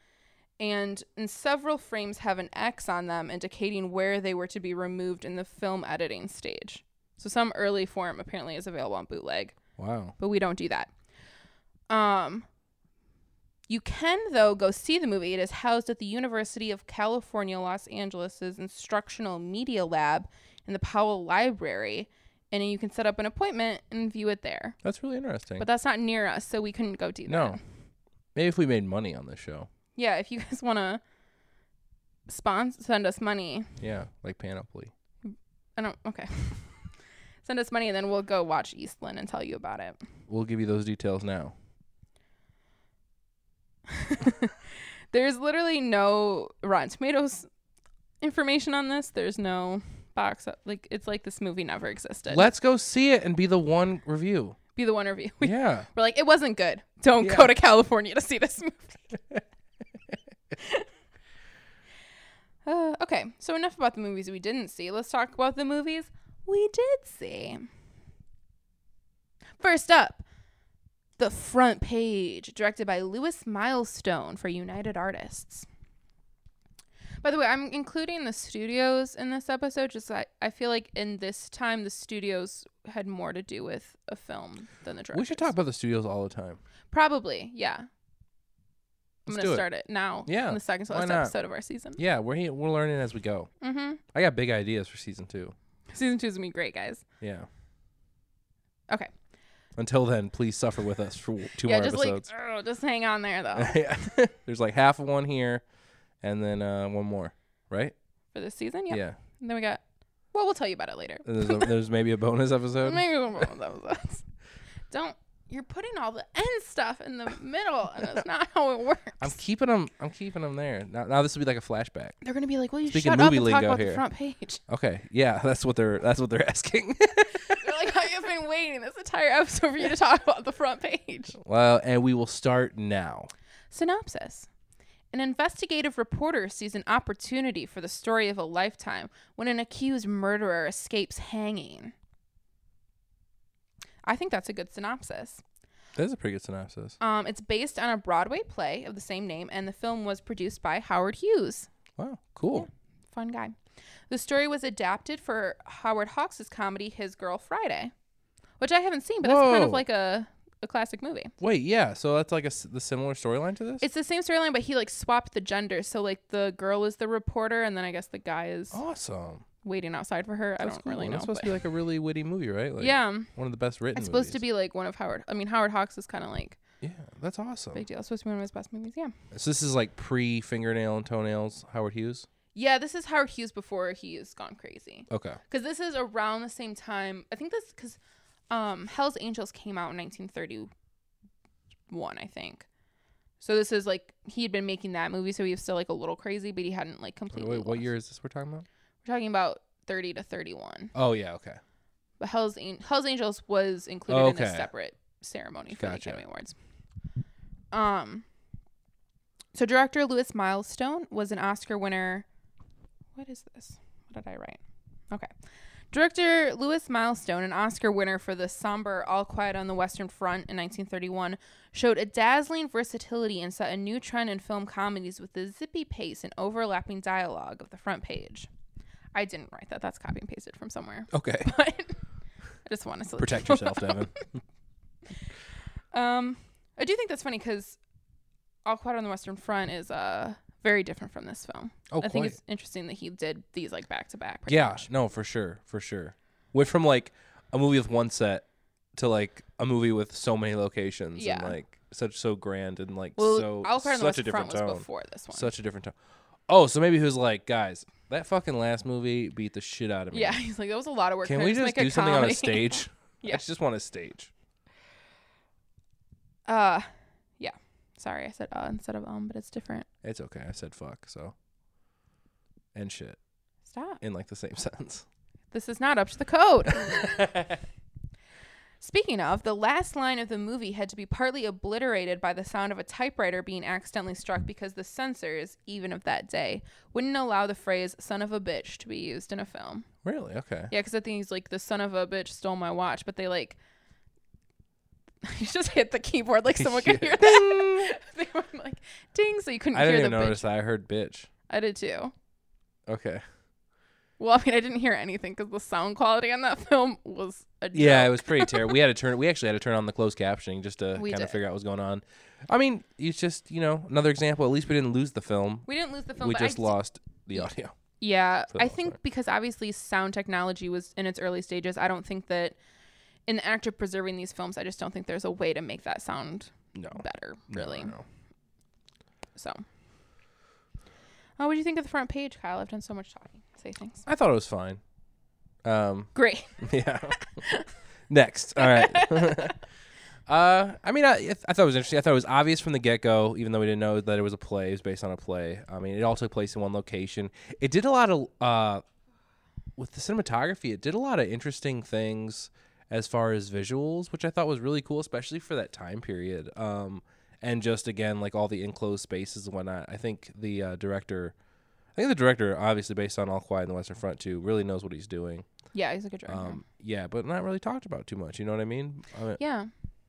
and in several frames have an X on them indicating where they were to be removed in the film editing stage. So some early form apparently is available on bootleg, Wow. but we don't do that. Um, you can though go see the movie. It is housed at the University of California, Los Angeles' instructional media lab in the Powell Library, and you can set up an appointment and view it there. That's really interesting. But that's not near us, so we couldn't go do that. no. Maybe if we made money on this show. Yeah, if you guys want to sponsor, send us money. Yeah, like Panoply. I don't. Okay. send us money, and then we'll go watch Eastland and tell you about it. We'll give you those details now. There's literally no Rotten Tomatoes information on this. There's no box like it's like this movie never existed. Let's go see it and be the one review. Be the one review. We, Yeah. We're like, it wasn't good. Don't Yeah. go to California to see this movie. uh, okay, so enough about the movies we didn't see. Let's talk about the movies we did see. First up, The Front Page, directed by Lewis Milestone for United Artists. By the way, I'm including the studios in this episode just so I, I feel like in this time the studios had more to do with a film than the director. We should talk about the studios all the time. Probably, yeah. I'm Let's gonna do it. start it, now. Yeah, in the second to why last not? episode of our season. Yeah, we're he- we're learning as we go. Mm-hmm. I got big ideas for season two. Season two is gonna be great, guys. Yeah. Okay. Until then, please suffer with us for two yeah, more just episodes. like oh, just hang on there though Yeah. There's like half of one here, and then uh, one more, right? for this season. Yeah. Yeah. And then we got. Well, we'll tell you about it later. And there's, a, there's maybe a bonus episode. Maybe we'll roll with those ones. Don't. You're putting all the end stuff in the middle, and that's not how it works. I'm keeping them. I'm keeping them there. Now, now this will be like a flashback. They're gonna be like, "Well, you Speaking shut of up movie and talk lingo about here. the front page." Okay. Yeah, that's what they're. That's what they're asking. They're like, "I have been waiting this entire episode for you to talk about the front page." well, and we will start now. Synopsis An investigative reporter sees an opportunity for the story of a lifetime when an accused murderer escapes hanging. I think that's a good synopsis. That's a pretty good synopsis. Um, it's based on a Broadway play of the same name, and the film was produced by Howard Hughes. Wow. Cool. Fun guy. The story was adapted for Howard Hawks' comedy His Girl Friday, which I haven't seen, but that's kind of Whoa. like a, a classic movie. Wait. Yeah. So that's like a s- the similar storyline to this. It's the same storyline, but he like swapped the gender. So like the girl is the reporter, and then I guess the guy is awesome. waiting outside for her. I Oh. That's don't cool. really And know. It's supposed but- to be like a really witty movie, right? Like yeah, One of the best written. it's supposed to movies. be like one of Howard. I mean, Howard Hawks is kind of like Yeah, that's awesome. big deal. It's supposed to be one of his best movies. Yeah, So this is like pre fingernail and toenails. Howard Hughes. yeah. This is Howard Hughes before he has gone crazy. Okay. Because this is around the same time. I think this because um, Hell's Angels came out in 1931, I think. So this is like he had been making that movie, so he was still like a little crazy, but he hadn't like Wait, completely. wait, what lost. year is this we're talking about? We're talking about 30 to 31. Oh yeah. Okay. But Hell's, An- Hell's Angels was included in a Okay. separate ceremony for Gotcha. the Academy Awards. Um, so director Lewis Milestone was an Oscar winner. What is this? What did I write? Okay. Director Lewis Milestone, an Oscar winner for the somber All Quiet on the Western Front in 1931, showed a dazzling versatility and set a new trend in film comedies with the zippy pace and overlapping dialogue of the front page. I didn't write that. That's copy and pasted from somewhere Okay. but I just want to Protect yourself, Devin. Um, I do think that's funny because All Quiet on the Western Front is uh very different from this film. Oh, I think quite. it's interesting that he did these like back to back. pretty Yeah. much. No, for sure, for sure. Went from like a movie with one set to like a movie with so many locations Yeah. and like such so grand and like Well, so All Quiet on the such a Western different Front was tone. before this one. Such a different tone. Oh, so maybe he was like, guys, that fucking last movie beat the shit out of me. yeah, he's like that was a lot of work. Can Can I we just make do something on a comedy?" stage? Yeah. I just want a stage. Uh, yeah. Sorry, I said uh instead of um, but it's different. It's okay. I said fuck, so. And shit Stop. in like the same sentence. This is not up to the code. Speaking of, the last line of the movie had to be partly obliterated by the sound of a typewriter being accidentally struck because the censors, even of that day, wouldn't allow the phrase son of a bitch to be used in a film. Really? Okay. Yeah, because I think he's like, the son of a bitch stole my watch, but they like. You just hit the keyboard like someone could Yeah. hear that. they were like, ding, so you couldn't I hear didn't the even bitch. notice that. I heard bitch. I did too. Okay. Well, I mean, I didn't hear anything because the sound quality on that film was a Yeah, it joke. was pretty terrible. we had to turn. We actually had to turn on the closed captioning just to We kind of did. figure out what was going on. I mean, it's just you know another example. At least we didn't lose the film. we didn't lose the film. we but I just d- lost the audio. Yeah, for the I most think part. because obviously sound technology was in its early stages. I don't think that in the act of preserving these films, I just don't think there's a way to make that sound No, better, no, really. no. So, oh, what do you think of the front page, Kyle? I've done so much talking. Say things. I thought it was fine. Um, Great. yeah. Next. All right. uh, I mean, I, I thought it was interesting. I thought it was obvious from the get go, even though we didn't know that it was a play. It was based on a play. I mean, it all took place in one location. It did a lot of, uh, with the cinematography, it did a lot of interesting things as far as visuals, which I thought was really cool, especially for that time period. Um, and just again, like all the enclosed spaces and whatnot. I think the uh, director, I think the director, obviously based on All Quiet on the Western Front too, really knows what he's doing. Yeah, he's a good director. Um, yeah, but not really talked about too much. You know what I mean? I mean yeah,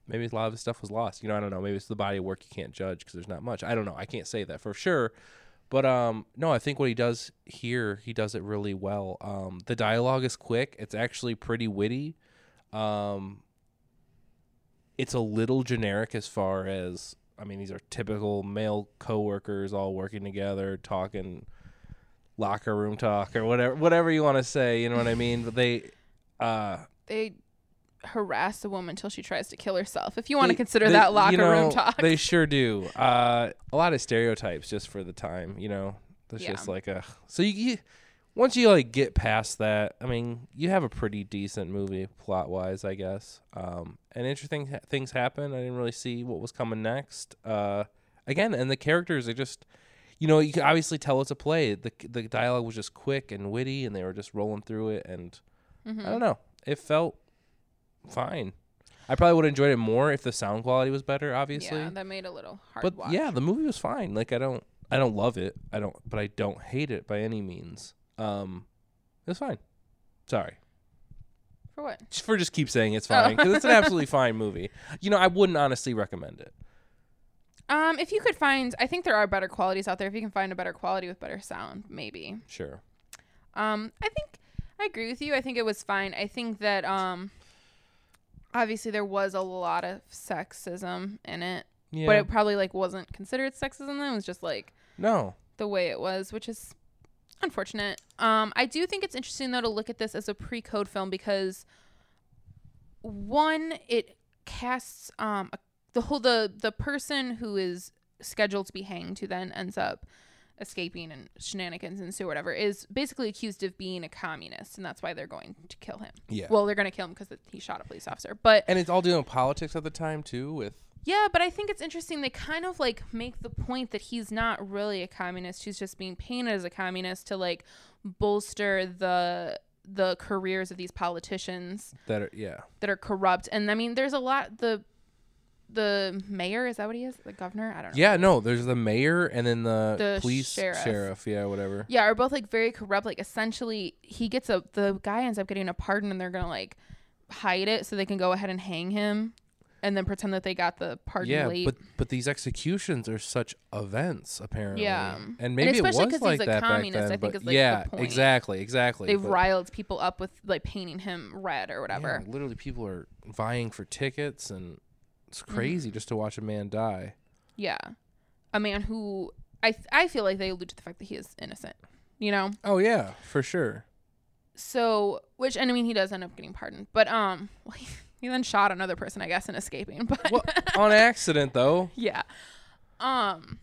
maybe a lot of his stuff was lost. You know, I don't know. Maybe it's the body of work you can't judge because there's not much. I don't know. I can't say that for sure. But um, no, I think what he does here, he does it really well. Um, the dialogue is quick. It's actually pretty witty. Um, it's a little generic as far as I mean, these are typical male coworkers all working together, talking locker room talk or whatever, whatever you want to say. You know what I mean? But they. Uh, they harass a woman till she tries to kill herself. If you want to they- consider they- that you locker know, room talk. They sure do. Uh, a lot of stereotypes just for the time, you know. That's Yeah. just like a so you, you once you like get past that, I mean, you have a pretty decent movie plot wise, I guess. Um, and interesting ha- things happen. I didn't really see what was coming next. Uh, again, and the characters are just. You know, you can obviously tell it's a play. The the dialogue was just quick and witty, and they were just rolling through it. And Hmm. Mm-hmm. I don't know. It felt fine. I probably would have enjoyed it more if the sound quality was better, obviously. yeah, that made a little hard. but watch. yeah, the movie was fine. Like I don't I don't love it. I don't but I don't hate it by any means. Um it was fine. Sorry. for what? Just for just keep saying it's Oh. fine cuz it's an absolutely fine movie. You know, I wouldn't honestly recommend it. Um, if you could find, I think there are better qualities out there. If you can find a better quality with better sound, maybe. Sure. Um, I think I agree with you. I think it was fine. I think that um, obviously there was a lot of sexism in it, Yeah. but it probably like wasn't considered sexism. It was just like no. the way it was, which is unfortunate. Um, I do think it's interesting though to look at this as a pre-code film because one, it casts um a, the whole the the person who is scheduled to be hanged who then ends up escaping and shenanigans ensue or whatever is basically accused of being a communist and that's why they're going to kill him. Yeah. Well, they're going to kill him because he shot a police officer, but and it's all dealing with politics at the time too with yeah, but I think it's interesting. They kind of like make the point that he's not really a communist. He's just being painted as a communist to like bolster the the careers of these politicians that are, yeah. that are corrupt. And I mean, there's a lot the the mayor is that what he is? The governor? I don't know. Yeah, no, there's the mayor and then the, The police sheriff. sheriff, yeah, whatever. Yeah, are both like very corrupt. Like essentially, he gets a the guy ends up getting a pardon, and they're gonna like hide it so they can go ahead and hang him, and then pretend that they got the pardon yeah, late. but but these executions are such events apparently. Yeah. and And maybe it was especially 'cause he's like a that communist, back I then. think but is, like, the yeah, point. exactly, exactly. They've but- riled people up with like painting him red or yeah, whatever. literally, people are vying for tickets, and it's Mm-hmm. crazy just to watch a man die. Yeah. A man who I th- I feel like they allude to the fact that he is innocent, you know. Oh yeah, for sure. So, which and I mean he does end up getting pardoned, but um well, he, he then shot another person, I guess, and escaping. But Well, on accident though. yeah. Um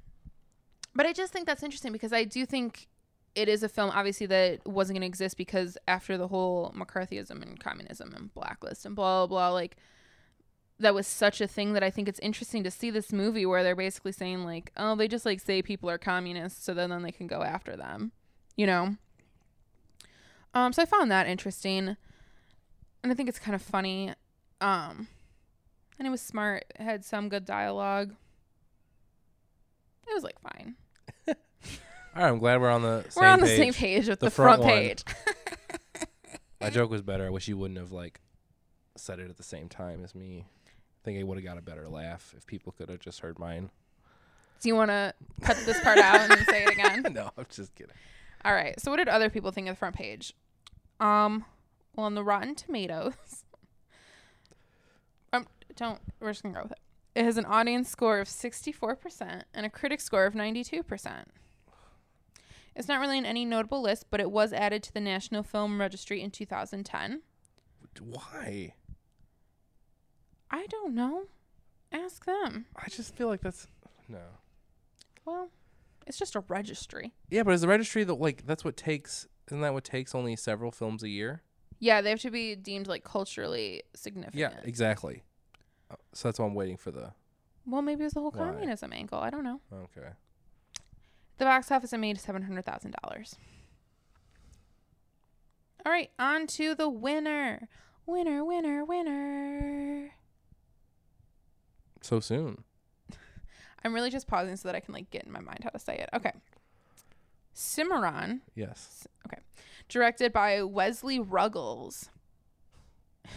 but I just think that's interesting because I do think it is a film obviously that wasn't going to exist because after the whole McCarthyism and communism and blacklist and blah blah blah like that was such a thing that I think it's interesting to see this movie where they're basically saying like oh they just like say people are communists so then then they can go after them you know um so I found that interesting and I think it's kind of funny um and it was smart it had some good dialogue it was like fine All right, I'm glad we're on the same we're on the page. same page with The the, front front, one. page. My joke was better. I wish you wouldn't have like said it at the same time as me. I think I would have got a better laugh if people could have just heard mine. Do you want to cut this part out and then say it again? no, I'm just kidding. All right. So, what did other people think of the front page? Um, well, on the Rotten Tomatoes, um, don't. We're just gonna go with it. It has an audience score of 64% and a critic score of 92%. It's not really in any notable list, but it was added to the National Film Registry in 2010. Why? I don't know. Ask them. I just feel like that's no. Well, it's just a registry. Yeah, but is the registry that like that's what takes? Isn't that what takes only several films a year? Yeah, they have to be deemed like culturally Yeah, significant. exactly. Uh, So that's why I'm waiting for the Well, maybe it was the whole Why? communism angle. I don't know. okay. The box office it made seven hundred thousand dollars. All right, on to the winner. Winner, winner, winner. So soon. I'm really just pausing so that I can like get in my mind how to say it. Okay. Cimarron, Yes. directed by Wesley Ruggles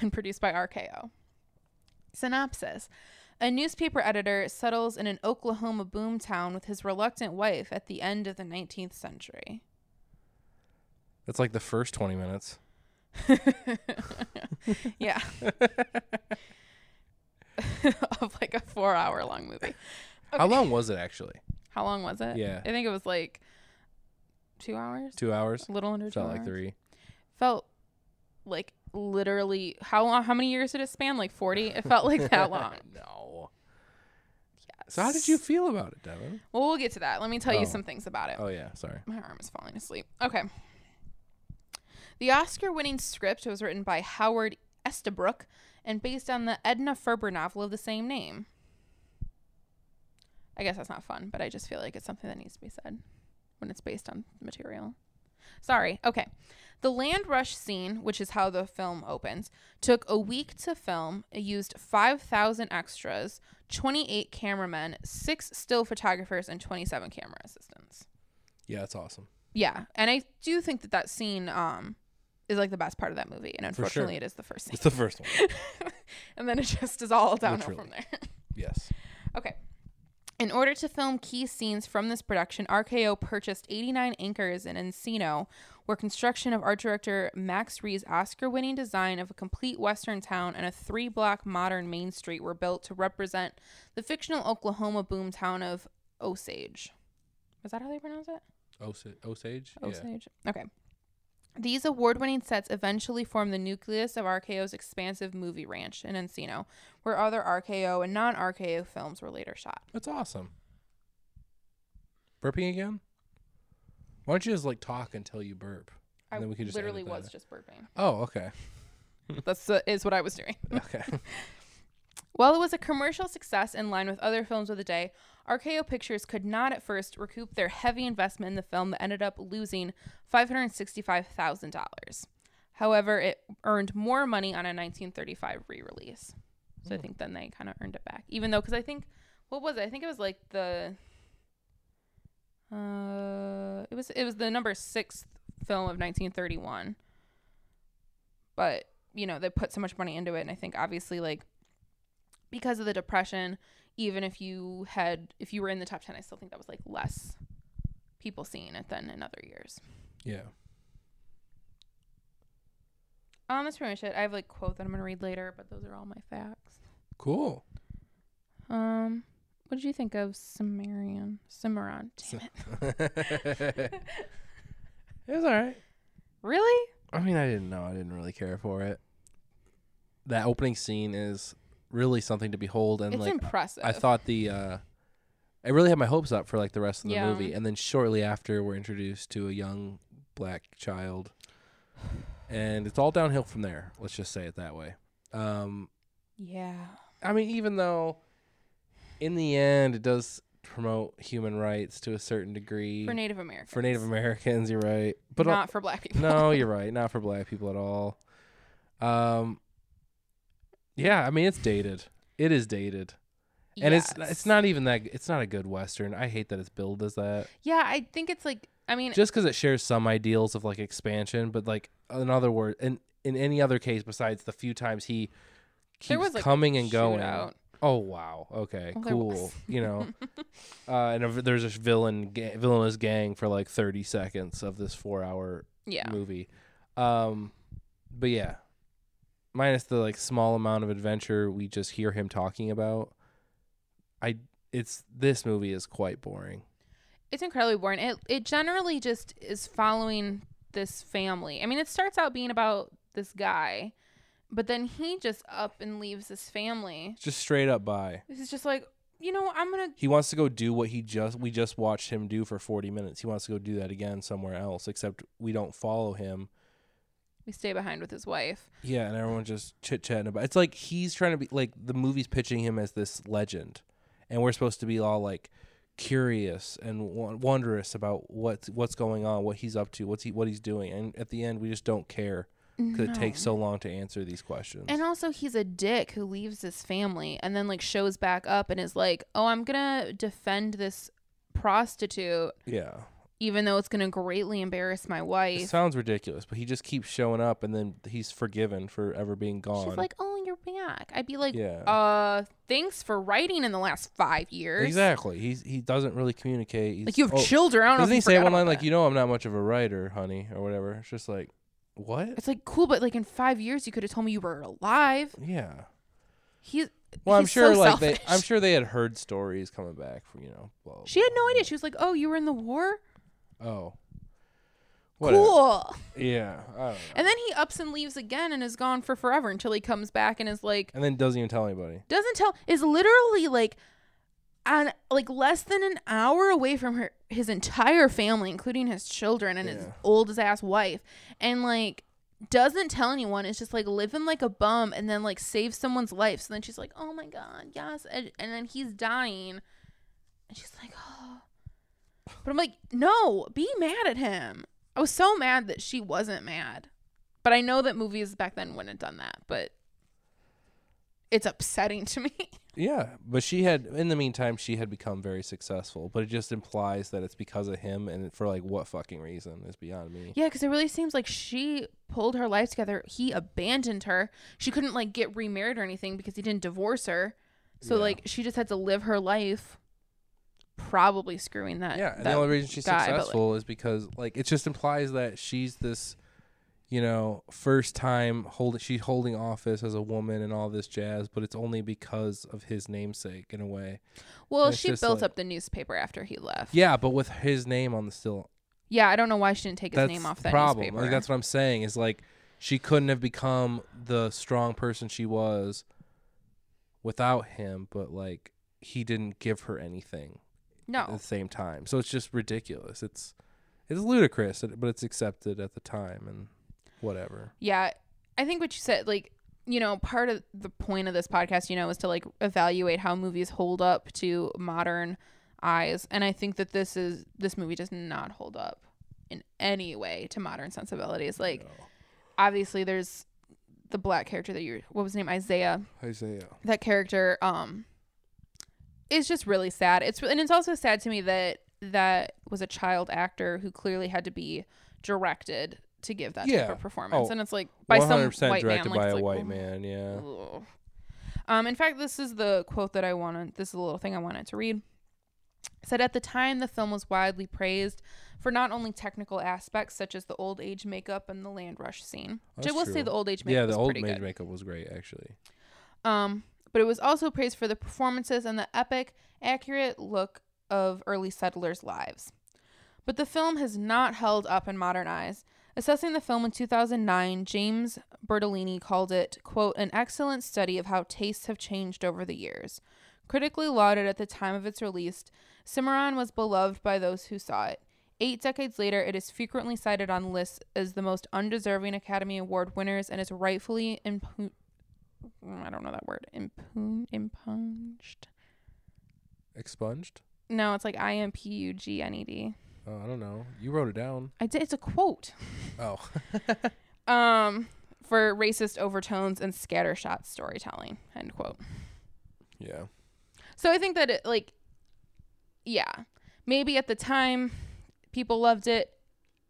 and produced by RKO. Synopsis. A newspaper editor settles in an Oklahoma boomtown with his reluctant wife at the end of the 19th century. That's like the first 20 minutes. yeah. of like a four hour long movie. How long was it actually? How long was it? Yeah. I think it was like two hours. Two hours. A little under two Felt like hours. three. Felt like literally how long how many years did it span? Like forty? It felt like that long. no. So how did you feel about it, Devin? Well we'll get to that. Let me tell Oh. you some things about it. Oh yeah, sorry. My arm is falling asleep. Okay. The Oscar winning script was written by Howard Estabrook and based on the Edna Ferber novel of the same name. I guess that's not fun, but I just feel like it's something that needs to be said when it's based on material. Sorry. Okay. The land rush scene, which is how the film opens, took a week to film. It used 5,000 extras, 28 cameramen, 6 still photographers, and 27 camera assistants Yeah, that's awesome. yeah and i do think that that scene um is like the best part of that movie and sure. unfortunately it is the first scene It's the first one. and then it just is all downhill Literally. from there Yes. okay in order to film key scenes from this production rko purchased 89 acres in encino where construction of art director max reed's oscar-winning design of a complete western town and a three-block modern main street were built to represent the fictional oklahoma boomtown of osage was that how they pronounce it Osage. Osage. Yeah. Osage. Okay. These award winning sets eventually form the nucleus of RKO's expansive movie ranch in Encino, where other RKO and non RKO films were later shot. That's awesome. Burping again? Why don't you just like talk until you burp? I And then we can just edit literally that was out. just burping. Oh, okay. That's uh, is what I was doing. Okay. While it was a commercial success in line with other films of the day, RKO Pictures could not at first recoup their heavy investment in the film that ended up losing $565,000. However, it earned more money on a 1935 re release. So I think then they kind of earned it back. Even though, because I think, what was it? I think it was like the. Uh, it was it was the number sixth film of 1931, but you know they put so much money into it, and I think obviously like because of the depression even if you had if you were in the top 10 i still think that was like less people seeing it than in other years yeah. um that's pretty much it i have like quote that i'm gonna read later but those are all my facts Cool. um what did you think of Cimmerian? Cimarron. Damn it. it was all right. Really? I mean, I didn't know. I didn't really care for it. That opening scene is really something to behold, and it's like impressive. I thought the, uh I really had my hopes up for like the rest of the Yeah. movie, and then shortly after we're introduced to a young black child, and it's all downhill from there. Let's just say it that way. Um, Yeah. I mean, even though in the end it does promote human rights to a certain degree For Native Americans. for Native Americans, you're right, but al- Not for black people. no, you're right, not for black people at all. Um, yeah, I mean it's dated. It is dated, and it's it's Yes. not even that. It's not a good western. I hate that it's billed as that, Yeah, I think it's like I mean just because it shares some ideals of like expansion, but like in other words, in in any other case besides the few times he There keeps was, like, coming and going. shootout. Oh wow. Okay. Well, there was. cool. You know, uh, and if there's a villain, ga- villainous gang for like 30 seconds of this four-hour Yeah. movie. Um, but yeah, minus the like small amount of adventure we just hear him talking about. I it's this movie is quite boring. It's incredibly boring. It it generally just is following this family. I mean, it starts out being about this guy, but then he just up and leaves his family. It's just straight up by. This is just like, you know, I'm gonna He wants to go do what he just we just watched him do for 40 minutes. He wants to go do that again somewhere else except we don't follow him. we stay behind with his wife. Yeah, and everyone just chit-chatting about. It's like he's trying to be like the movie's pitching him as this legend and we're supposed to be all like curious and w- wondrous about what's what's going on, what he's up to, what's he what he's doing. And at the end we just don't care cuz it takes so long to answer these questions. And also, he's a dick who leaves his family and then like shows back up and is like, "Oh, I'm gonna defend this prostitute, yeah. even though it's gonna greatly embarrass my It wife." sounds ridiculous, but he just keeps showing up, and then he's forgiven for ever being gone. She's like, "Oh, you're back." I'd be like, Yeah. "Uh, thanks for writing in the last five years." exactly. He's he doesn't really communicate. He's, Like you have oh, children. I don't know Doesn't if he you say forgot one about line like, that. "You know, I'm not much of a writer, honey," or whatever? It's just like, what? It's like cool, but like in five years, you could have told me you were alive. Yeah. He's Well, I'm he's sure so like they, selfish. I'm sure they had heard stories coming back from you know. Blah, she had no idea. She was like, "Oh, you were in the war. blah. Oh. Whatever. Cool." Yeah. I don't know. And then he ups and leaves again and is gone for forever until he comes back and is like, And then doesn't even tell anybody. doesn't tell is literally like on like less than an hour away from her his entire family including his children and his Yeah. old as ass wife and like doesn't tell anyone it's just like living like a bum and then like save someone's life so then she's like oh my god yes and, and then he's dying and she's like oh but i'm like no be mad at him i was so mad that she wasn't mad but i know that movies back then wouldn't have done that but it's upsetting to me. Yeah, but she had in the meantime she had become very successful, but it just implies that it's because of him and for like what fucking reason is beyond me. yeah, because it really seems like she pulled her life together. He abandoned her. She couldn't like get remarried or anything because he didn't divorce her. So Yeah. like she just had to live her life, probably screwing that. Yeah, and that the only reason she's guy, but, like- successful is because like it just implies that she's this, you know, first time hold she's holding office as a woman and all this jazz, but it's only because of his namesake in a way. well, it's she just, built like- up the newspaper after he left. Yeah. Yeah, but with his name on the still, I don't know why she didn't take his that's name off the that problem. newspaper. Like, that's what I'm saying is like she couldn't have become the strong person she was without him, but like he didn't give her anything at no, the same time. So it's just ridiculous. It's it's ludicrous, but it's accepted at the time and whatever. yeah, I think what you said, like you know, part of the point of this podcast, you know, is to like evaluate how movies hold up to modern eyes and i think that this is this movie does not hold up in any way to modern sensibilities like obviously there's the black character that you what was his name isaiah Isaiah. that character um is just really sad it's and it's also sad to me that that was a child actor who clearly had to be directed to give that Yeah. type of performance Oh, and it's like by By some 100% white man directed like, by it's a like, white oh, man, yeah. Ugh. Um, in fact, this is the quote that I wanted. This is a little thing I wanted to read. It said at the time, the film was widely praised for not only technical aspects such as the old age makeup and the land rush scene, which I That's will say true. the old age makeup Yeah, the was old pretty mage good. makeup was great actually. Um, but it was also praised for the performances and the epic, accurate look of early settlers' lives. But the film has not held up in modern eyes. Assessing the film in 2009, James Bertolini called it, quote, an excellent study of how tastes have changed over the years. Critically lauded at the time of its release, Cimarron was beloved by those who saw it. Eight decades later, it is frequently cited on lists as the most undeserving Academy Award winners and is rightfully impu- mm, I don't know that word. Impugn, impunged. Expunged? No, it's like I M P U G N E D. Oh, I don't know. You wrote it down. I did. It's a quote. Oh. Um, for racist overtones and scattershot storytelling. End quote. yeah. So I think that it like, yeah, maybe at the time, people loved it.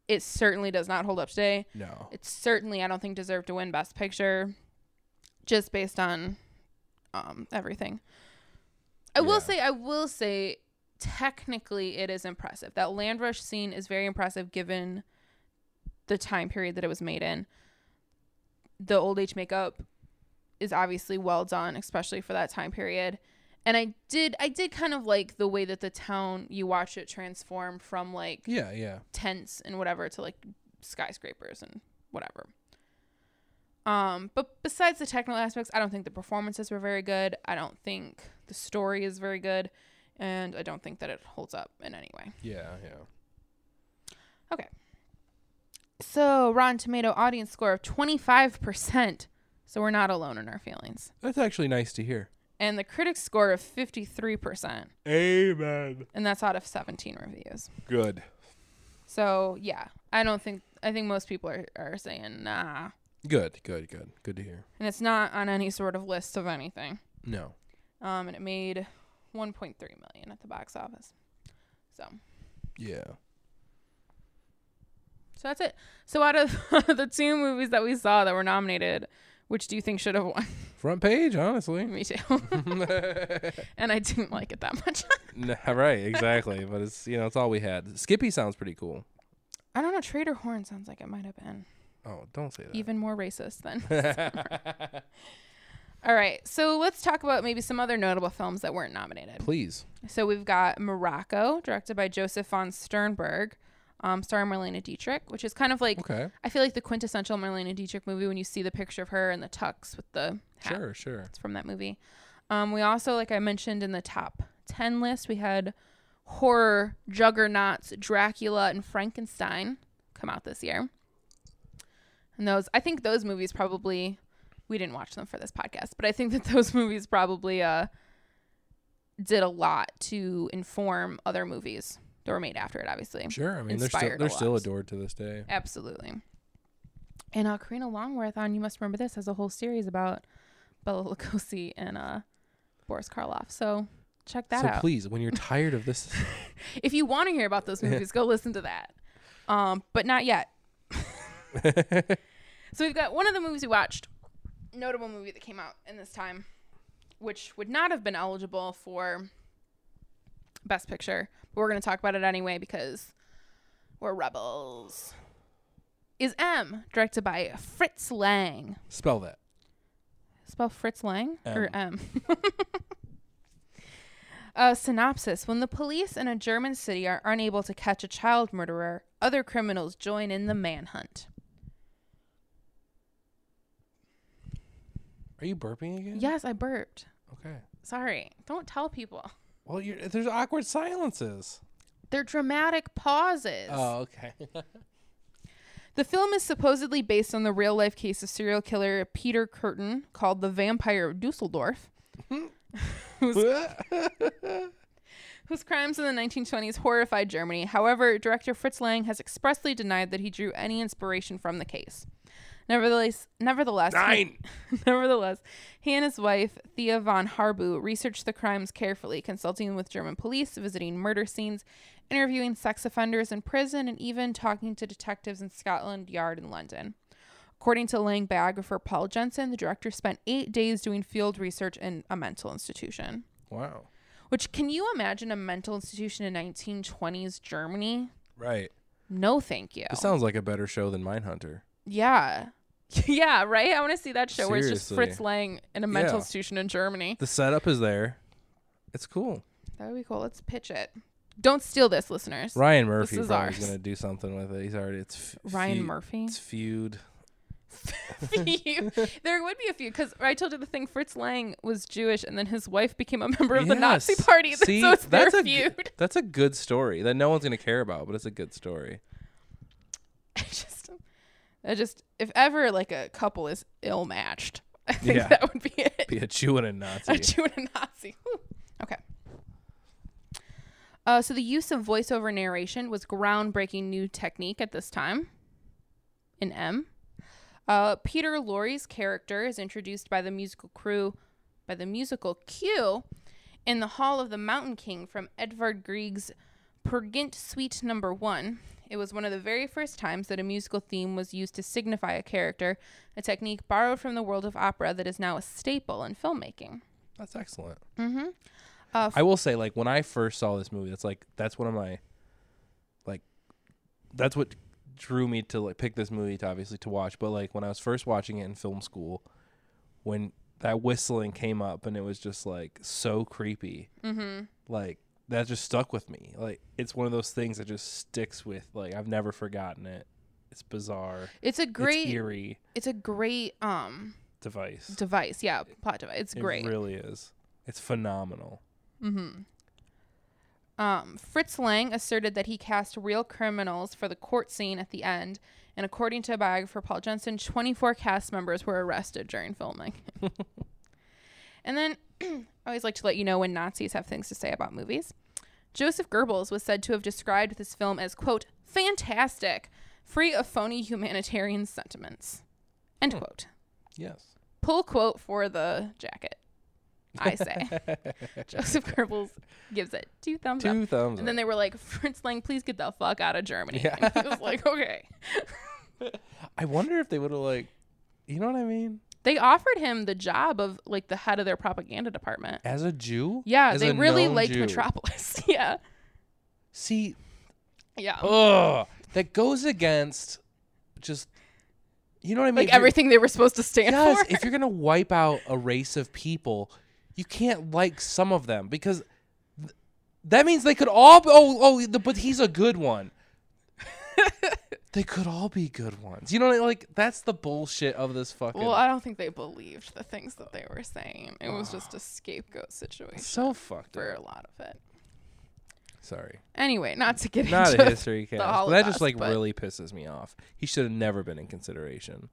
It certainly does not hold up today. No. It certainly, I don't think, deserved to win Best Picture, just based on um, everything. I Yeah. will say, I will say, technically, it is impressive. That land rush scene is very impressive, given the time period that it was made in. The old age makeup is obviously well done, especially for that time period. And I did I did kind of like the way that the town you watch it transform from like Yeah, yeah. tents and whatever to like skyscrapers and whatever. Um, but besides the technical aspects, I don't think the performances were very good. I don't think the story is very good, and I don't think that it holds up in any way. Yeah, yeah. So, Rotten Tomato audience score of 25%. So, we're not alone in our feelings. That's actually nice to hear. And the critics score of 53%, Amen. and that's out of 17 reviews. Good. So, yeah, I don't think, I think most people are, are saying nah. Good, good, good. Good to hear. And it's not on any sort of list of anything. No. Um, and it made 1.3 million at the box office. So, Yeah. so that's it. So, out of the two movies that we saw that were nominated, which do you think should have won? Front page, honestly. Me too. and I didn't like it that much. No, right, exactly. but it's you know, it's all we had. Skippy sounds pretty cool. I don't know. Trader Horn sounds like it might have been Oh, don't say that. even more racist than. All right, so let's talk about maybe some other notable films that weren't nominated. Please. So we've got Morocco, directed by Joseph von Sternberg, um, starring Marlena Dietrich, which is kind of like Okay. I feel like the quintessential Marlena Dietrich movie when you see the picture of her and the tux with the hat. Sure, sure. It's from that movie. Um, we also, like I mentioned in the top 10 list, we had horror juggernauts Dracula and Frankenstein come out this year. And those, I think those movies probably, we didn't watch them for this podcast, but I think that those movies probably uh, did a lot to inform other movies that were made after it, obviously. Sure. I mean they're still Inspired a they're lot. still adored to this day. Absolutely. And uh, Karina Longworth on You Must Remember This has a whole series about Bella Lugosi and uh, Boris Karloff. So check that so out. please, when you're tired of this If you want to hear about those movies, go listen to that. Um, but not yet. so we've got one of the movies we watched, notable movie that came out in this time, which would not have been eligible for Best Picture, but we're going to talk about it anyway because we're rebels. Is M, directed by Fritz Lang. spell that. Spell Fritz Lang or M. uh, synopsis: When the police in a German city are unable to catch a child murderer, other criminals join in the manhunt. Are you burping again? Yes, I burped. Okay. Sorry. Don't tell people. Well, you're, there's awkward silences. They're dramatic pauses. Oh, okay. The film is supposedly based on the real life case of serial killer Peter Curtin called the Vampire of Dusseldorf, whose crimes in the 1920s horrified Germany. However, director Fritz Lang has expressly denied that he drew any inspiration from the case. Nevertheless, nevertheless, he- Nine. Nevertheless, he and his wife, Thea von Harbu, researched the crimes carefully, consulting with German police, visiting murder scenes, interviewing sex offenders in prison, and even talking to detectives in Scotland Yard and London. According to Lang biographer Paul Jensen, the director spent eight days doing field research in a mental institution. Wow. Which, can you imagine a mental institution in 1920s Germany? Right. No, thank you. This sounds like a better show than Mindhunter. yeah. yeah, right? I want to see that show where it's just Seriously. Fritz Lang in a mental Yeah. institution in Germany. The setup is there. It's cool. That would be cool. Let's pitch it. Don't steal this, listeners. Ryan Murphy is probably is ours. gonna do something with it. He's already it's f- Ryan feud- Murphy. It's feud. Few. there would be a few because I told you the thing. Fritz Lang was Jewish, and then his wife became a member of the Nazi Yes. Party. See, so it's that's their a g- feud. that's a good story that no one's gonna care about, but it's a good story. I just, I just, if ever like a couple is ill matched, I think Yeah. that would be it. Be a Jew and a Nazi. a Jew and a Nazi. Whew. Okay. Uh, so the use of voiceover narration was groundbreaking new technique at this time. In M, uh, Peter Lorre's character is introduced by the musical crew, by the musical Q, in the Hall of the Mountain King from Edvard Grieg's Pergint Suite Number One. It was one of the very first times that a musical theme was used to signify a character, a technique borrowed from the world of opera that is now a staple in filmmaking. That's excellent. Uh, f- I will say, like when I first saw this movie, that's like that's one of my, like, that's what drew me to like pick this movie to obviously to watch. But like when I was first watching it in film school, when that whistling came up and it was just like so creepy. Mm-hmm. Like that just stuck with me. Like it's one of those things that just sticks with. Like I've never forgotten it. It's bizarre. It's a It's great. It's, eerie a great um device. device. Yeah, plot device. It's great. It really is. It's phenomenal. Mm-hmm. Um, Fritz Lang asserted that he cast real criminals for the court scene at the end, and according to a biographer for Paul Jensen, 24 cast members were arrested during filming. and then I always like to let you know when Nazis have things to say about movies. Joseph Goebbels was said to have described this film as, quote, fantastic, free of phony humanitarian sentiments, end quote. Yes. Pull quote for the jacket, I say. Joseph Goebbels gives it two thumbs up. Two thumbs. And then up. they were like, Fritz Lang, please get the fuck out of Germany. Yeah. And he was like, okay. I wonder if they would have like, you know what I mean? They offered him the job of like the head of their propaganda department. As a Jew. Yeah, As they a really known liked Jew. Metropolis. yeah. See, Yeah. Oh, ugh, that goes against just, you know what I mean? like If you're- everything they were supposed to stand Yes, for. if you're gonna wipe out a race of people, you can't like some of them because th- that means they could all. Be, oh, oh, the, but he's a good one. they could all be good ones. You know, like that's the bullshit of this fucking. well, I don't think they believed the things that they were saying. It was just a scapegoat situation so fucked for up. a lot of it. Sorry, Anyway, not to get not into a history cast. but that Holocaust, just like but- really pisses me off. He should have never been in consideration.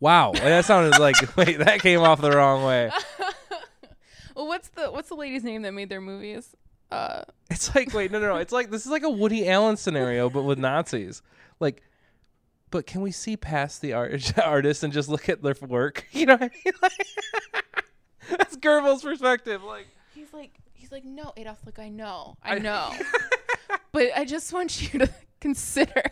Wow, that sounded like wait, that came off the wrong way. Well, what's the what's the lady's name that made their movies? Uh, It's like wait, no, no, no. It's like this is like a Woody Allen scenario, but with Nazis. Like, but can we see past the art- artist and just look at their work? You know what I mean? Like, that's Goebbels' perspective. Like, He's like, he's like, no, Adolf. Like, I know, I know, but I just want you to consider.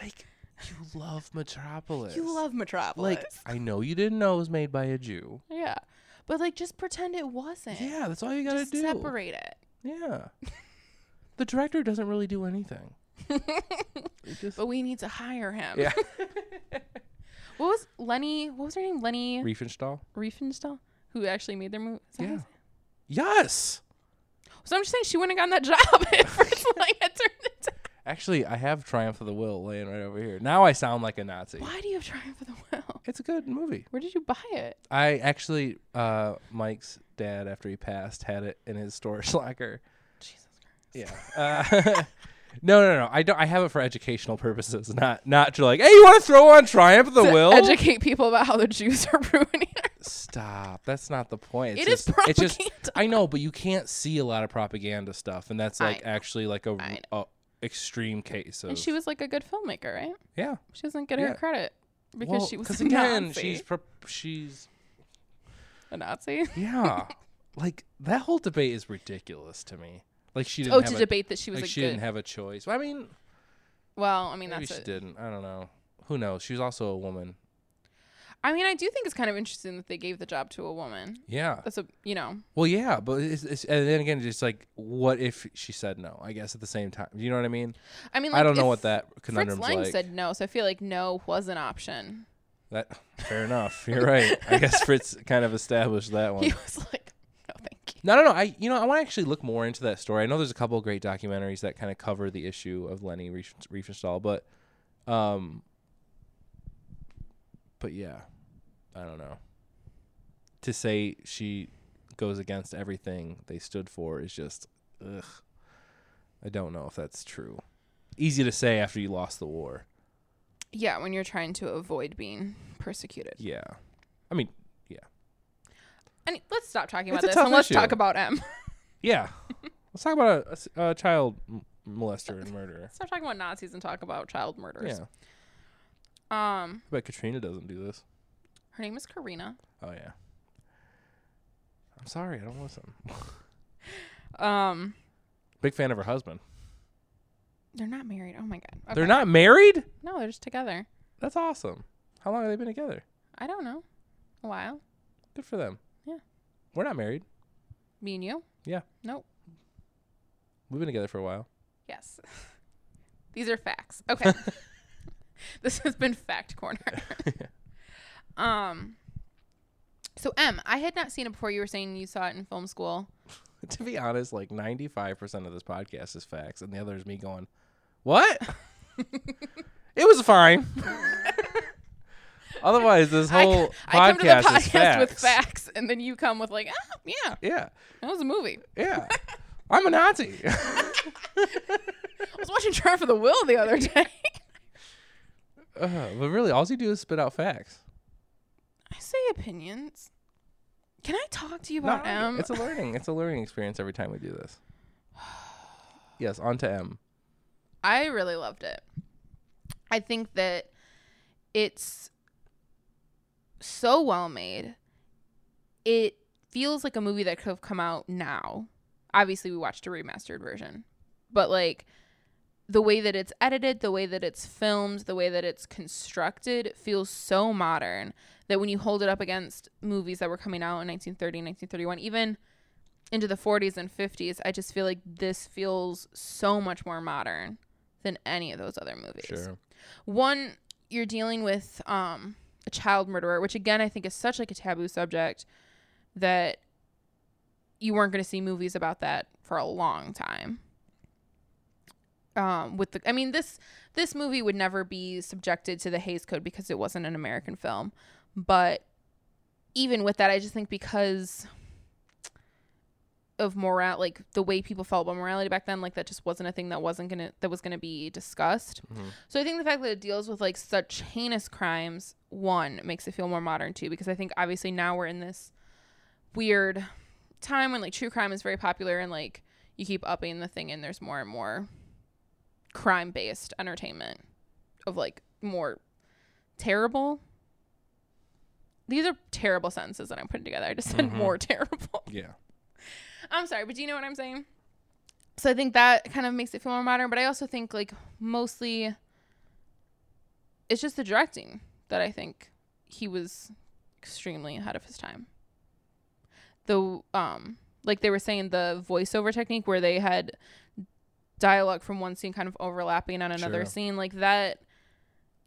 like you love Metropolis. You love Metropolis, Like, I know you didn't know it was made by a Jew. yeah, but like, just pretend it wasn't. Yeah, that's all you gotta just do. separate it. Yeah. The director doesn't really do anything. It just But we need to hire him. yeah. What was Lenny? What was her name? Lenny Riefenstahl. Riefenstahl, who actually made their movie. Yeah. Yes. So I'm just saying she wouldn't have gotten that job if Fritz Lang had turned it down. Actually, I have Triumph of the Will laying right over here. Now I sound like a Nazi. Why do you have Triumph of the Will? It's a good movie. Where did you buy it? I actually, uh, Mike's dad, after he passed, had it in his storage locker. Jesus Christ. Yeah. Uh, no, no, no. I don't. I have it for educational purposes, not not to like, hey, you want to throw on Triumph of the To Will? educate people about how the Jews are ruining our Stop. That's not the point. It's It is just- It's just, propaganda. I know, but you can't see a lot of propaganda stuff, and that's I like know. actually like a, I a extreme case of And she was like a good filmmaker, right? yeah. She doesn't get Yeah. her credit because Well, she 'cause was a again, Nazi. she's pro- she's a Nazi. Yeah. like that whole debate is ridiculous to me. Like she didn't Oh, have to a, debate that she was like a she good. didn't have a choice. Well, I mean, well, I mean maybe that's she it. didn't. I don't know. Who knows? She was also a woman. I mean, I do think it's kind of interesting that they gave the job to a woman. Yeah. That's a you know. Well, yeah, but it's, it's, and then again, it's just like, what if she said no? I guess at the same time, you know what I mean? I mean, I like, don't know Hmm, if what that Fritz conundrum's Lang like. said no, so I feel like no was an option. that fair enough. You're right. I guess Fritz kind of established that one. He was like, no, thank you. No, no, no. I, you know, I want to actually look more into that story. I know there's a couple of great documentaries that kind of cover the issue of Lenny Rief- Riefenstahl, but, um, but yeah, I don't know. To say she goes against everything they stood for is just, ugh. I don't know if that's true. Easy to say after you lost the war. Yeah, when you're trying to avoid being persecuted. Yeah, I mean, And let's stop talking about It's a this tough and let's issue. talk about M. yeah. Let's talk about a- a, s- a child m- molester and murderer. stop talking about Nazis and talk about child murders. Yeah, I Um, bet Katrina doesn't do this. her name is Karina. Oh yeah. I'm sorry, I don't listen. Um, Big fan of her husband. they're not married. Oh my god. Okay. They're not married? No, they're just together. That's awesome. How long have they been together? I don't know. A while. Good for them. Yeah. We're not married. Me and you? Yeah. Nope. We've been together for a while. Yes. These are facts. Okay. this has been fact corner. um So M, I had not seen it before. You were saying you saw it in film school. to be honest, like 95% of this podcast is facts, and the other is me going, What? it was fine. Otherwise, this I c- whole I, come to the podcast, is podcast with facts. facts, and then you come with like, ah, yeah, Yeah, that was a movie. yeah. I'm a Nazi. I was watching Try for the Will the other day. Uh, but really, all you do is spit out facts. I say opinions. Can I talk to you No, about M? it's a learning. It's a learning experience every time we do this. Yes, on to M. I really loved it. I think that it's so well made. It feels like a movie that could have come out now. Obviously, we watched a remastered version, but like the way that it's edited, the way that it's filmed, the way that it's constructed feels so modern that when you hold it up against movies that were coming out in 1930, 1931, even into the 40s and 50s, I just feel like this feels so much more modern than any of those other movies. Sure. One, you're dealing with um, a child murderer, which again I think is such like a taboo subject that you weren't going to see movies about that for a long time. Um, with the, I mean this this movie would never be subjected to the Hays Code because it wasn't an American film, but even with that, I just think because of moral, like the way people felt about morality back then, like that just wasn't a thing that wasn't gonna that was gonna be discussed. Mhm. So I think the fact that it deals with like such heinous crimes, one makes it feel more modern too, because I think obviously now we're in this weird time when like true crime is very popular and like you keep upping the thing and there's more and more crime based entertainment of like more terrible. These are terrible sentences that I'm putting together. I just said Mhm. more terrible. Yeah. I'm sorry, but do you know what I'm saying? So I think that kind of makes it feel more modern, but I also think like mostly it's just the directing that I think he was extremely ahead of his time. The um like they were saying the voiceover technique where they had dialogue from one scene kind of overlapping on another Sure. scene like that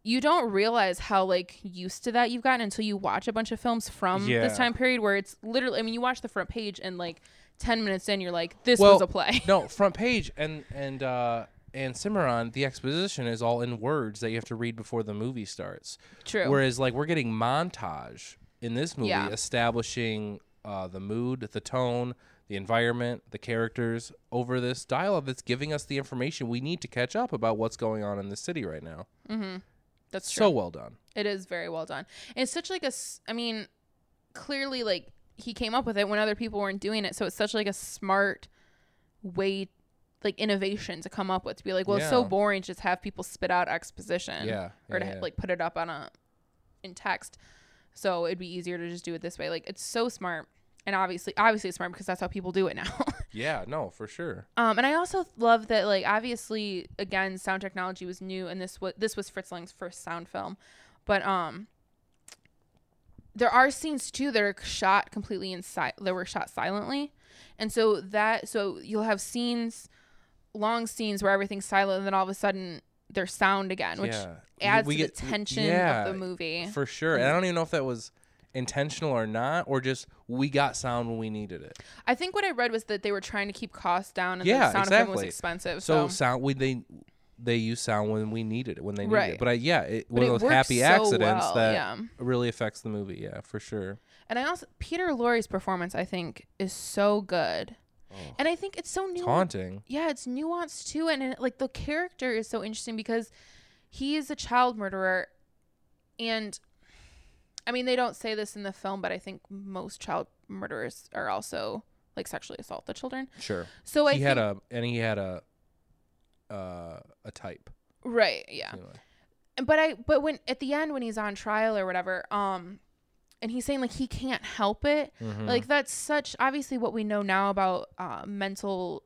you don't realize how like used to that you've gotten until you watch a bunch of films from Yeah. this time period where it's literally I mean you watch the front page and like 10 minutes in you're like this Well, was a play. no, front page and and uh and Cimarron, the exposition is all in words that you have to read before the movie starts. True. Whereas like we're getting montage in this movie Yeah. establishing uh, the mood, the tone, the environment, the characters over this dialogue that's giving us the information we need to catch up about what's going on in the city right now. That's true. So well done. It is very well done. And It's such like a, s- I mean, clearly like he came up with it when other people weren't doing it. So it's such like a smart way, like innovation to come up with to be like, well, it's so Yeah. boring to just have people spit out exposition. Yeah, Or to yeah, ha- yeah. like put it up on a, in text. So it'd be easier to just do it this way. Like it's so smart. And obviously, obviously it's smart because that's how people do it now. Yeah, no, for sure. Um, and I also love that, like, obviously, again, sound technology was new, and this was this was Fritz Lang's first sound film, but um, there are scenes too that are shot completely in si- that were shot silently, and so that so you'll have scenes, long scenes where everything's silent, and then all of a sudden there's sound again, which yeah. adds We to get- the tension yeah, of the movie. For sure. And I don't even know if that was intentional or not, or just we got sound when we needed it. I think what I read was that they were trying to keep costs down, and Yeah, the sound equipment was exactly. expensive, so, So sound we they they use sound when we needed it when they needed Right. it. But I, yeah, it, But one it of those works happy so accidents well, that yeah. really affects the movie. Yeah, for sure. And I also Peter Lorre's performance I think is so good. And I think it's so new. It's haunting. Yeah, it's nuanced too and it, like the character is so interesting because he is a child murderer and I mean they don't say this in the film but I think most child murderers are also like sexually assault the children. Sure. So I he had think- a and he had a uh, a type. right, yeah. Anyway. but I but when at the end when he's on trial or whatever, um, and he's saying like he can't help it. Hmm. Mm-hmm. Like that's such obviously what we know now about uh, mental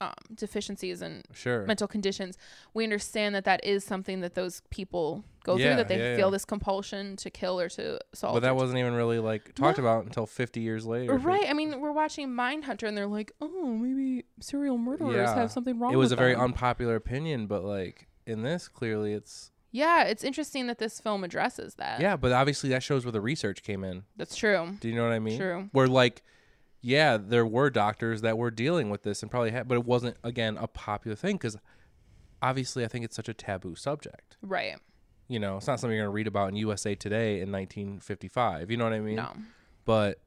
um, deficiencies and Sure. mental conditions. We understand that that is something that those people go Yeah, through that they yeah, feel yeah. this compulsion to kill or to assault. But or that to- wasn't even really like talked about until 50 years later. right. I mean, we're watching Mindhunter and they're like, oh, maybe serial murderers Yeah. have something wrong. It was with a very them." unpopular opinion, but like in this, clearly it's Yeah, it's interesting that this film addresses that. Yeah, but obviously that shows where the research came in. That's true. Do you know what I mean? True. Where like, yeah, there were doctors that were dealing with this and probably had, but it wasn't again a popular thing because obviously I think it's such a taboo subject. Right. You know, it's not something you're gonna read about in USA Today in 1955. You know what I mean? No. But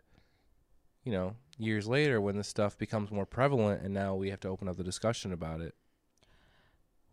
you know, years later when this stuff becomes more prevalent and now we have to open up the discussion about it.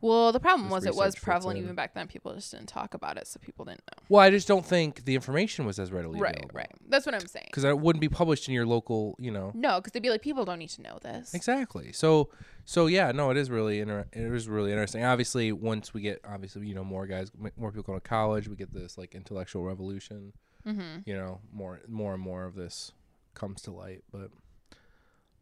Well, the problem This was it was research fits prevalent in. even back then. People just didn't talk about it, so people didn't know. Well, I just don't think the information was as readily right, available. right. That's what I'm saying. Because it wouldn't be published in your local, you know. No, because they'd be like, people don't need to know this. Exactly. So, so yeah, no, it is really inter- it is really interesting. Obviously, once we get obviously you know more guys, m- more people going to college, we get this like intellectual revolution. Mm-hmm. You know, more more and more of this comes to light. But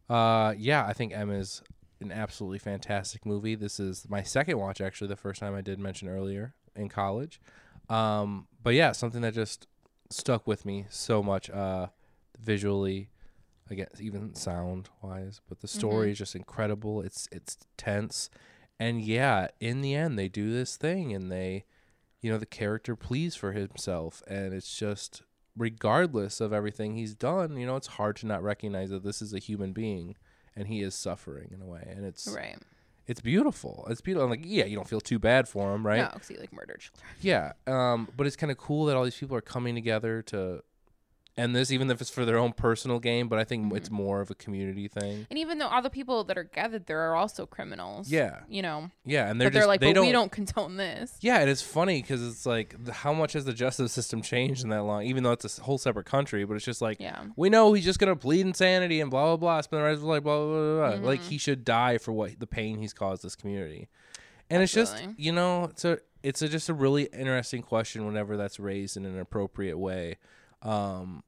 uh, yeah, I think M is an absolutely fantastic movie. This is my second watch actually. The first time I did mention earlier in college. Um, but yeah, something that just stuck with me so much uh, visually. I guess even sound wise, but the story is just incredible. It's it's tense, and yeah, in the end they do this thing, and they, you know, the character pleads for himself, and it's just regardless of everything he's done, you know, it's hard to not recognize that this is a human being, and he is suffering in a way, and it's Right. it's beautiful. It's beautiful. like yeah, you don't feel too bad for him, right? No, because he like murdered children. Yeah, um, but it's kind of cool that all these people are coming together to end this, even if it's for their own personal gain. But I think it's Mm-hmm. more of a community thing. And even though all the people that are gathered there are also criminals. Yeah. You know, Yeah, and they're but they're just like, they but don't, we don't condone this. Yeah, and it's funny because it's like th- how much has the justice system changed in that long? Even though it's a s- whole separate country, but it's just like Yeah. we know he's just gonna plead insanity and blah blah blah. Spend the rest of his life blah blah blah. blah. Like he should die for what the pain he's caused this community. And it's just Absolutely. you know it's a it's a, just a really interesting question whenever that's raised in an appropriate way. Um,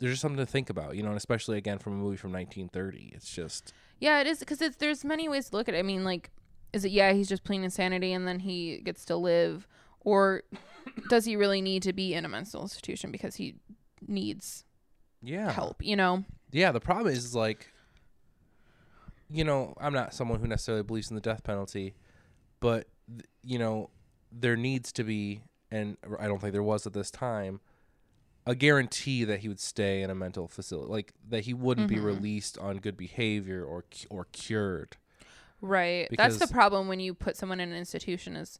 there's just something to think about, you know, and especially again from a movie from 1930. It's just Yeah, it is because it's there's many ways to look at it. I mean, like, is it yeah he's just plain insanity and then he gets to live, or does he really need to be in a mental institution because he needs yeah help? You know, Yeah, the problem is, is like, you know, I'm not someone who necessarily believes in the death penalty, but th- you know, there needs to be, and I don't think there was at this time, a guarantee that he would stay in a mental facility, like that he wouldn't Mm-hmm. be released on good behavior or cu- or cured. right? That's Because- the problem when you put someone in an institution. Is,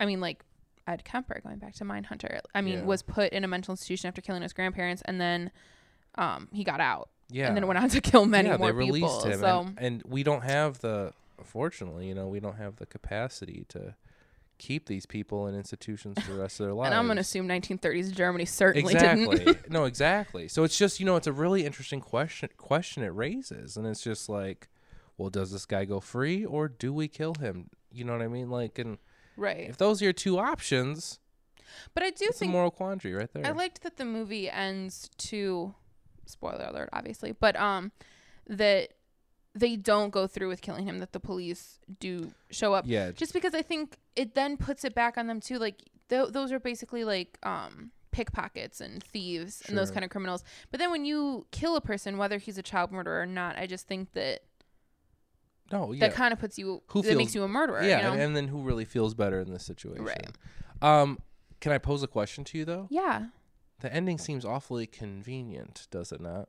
I mean, like Ed Kemper going back to Mindhunter. I mean, Yeah. was put in a mental institution after killing his grandparents, and then, um, he got out, Yeah, and then went on to kill many yeah, more they released people. him, so. and, and we don't have the, fortunately, you know, we don't have the capacity to keep these people in institutions for the rest of their lives. and I'm gonna assume 1930s Germany certainly didn't. exactly no exactly so it's just you know it's a really interesting question question it raises and it's just like well does this guy go free or do we kill him you know what i mean like and right. if those are your two options But I do it's a think moral quandary right there I liked that the movie ends to spoiler alert obviously, but um that they don't go through with killing him that the police do show up. yeah Just because I think it then puts it back on them too like th- those are basically like um pickpockets and thieves and those Sure. kind of criminals. But then when you kill a person whether he's a child murderer or not, I just think that no yeah that kind of puts you Who that makes feels- you a murderer, yeah you know? and, and then who really feels better in this situation Right. um can i pose a question to you though yeah. the ending seems awfully convenient does it not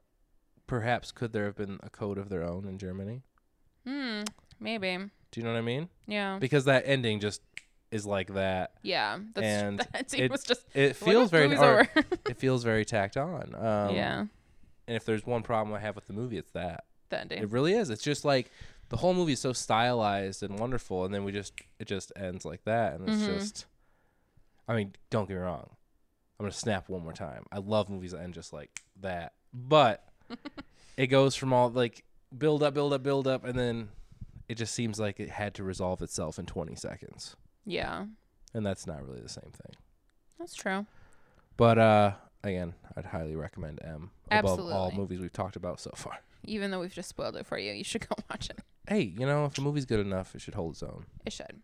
perhaps could there have been a code of their own in germany Hmm, maybe. do you know what i mean Yeah. because that ending just is like that Yeah, that's And that scene it- was just it like, feels very movie's or- over. it feels very tacked on. Um, yeah, And if there's one problem I have with the movie, it's that the ending. it really is. It's just like the whole movie is so stylized and wonderful, and then we just it just ends like that, and it's Mhm. just. I mean, don't get me wrong. I'm gonna snap one more time. I love movies that end just like that, but it goes from all like build up, build up, build up, and then it just seems like it had to resolve itself in 20 seconds, yeah, and that's not really the same thing. that's true. But uh again, I'd highly recommend M above all Absolutely. movies we've talked about so far. Even though we've just spoiled it for you, you should go watch it. Hey, you know, if a movie's good enough, it should hold its own. It should.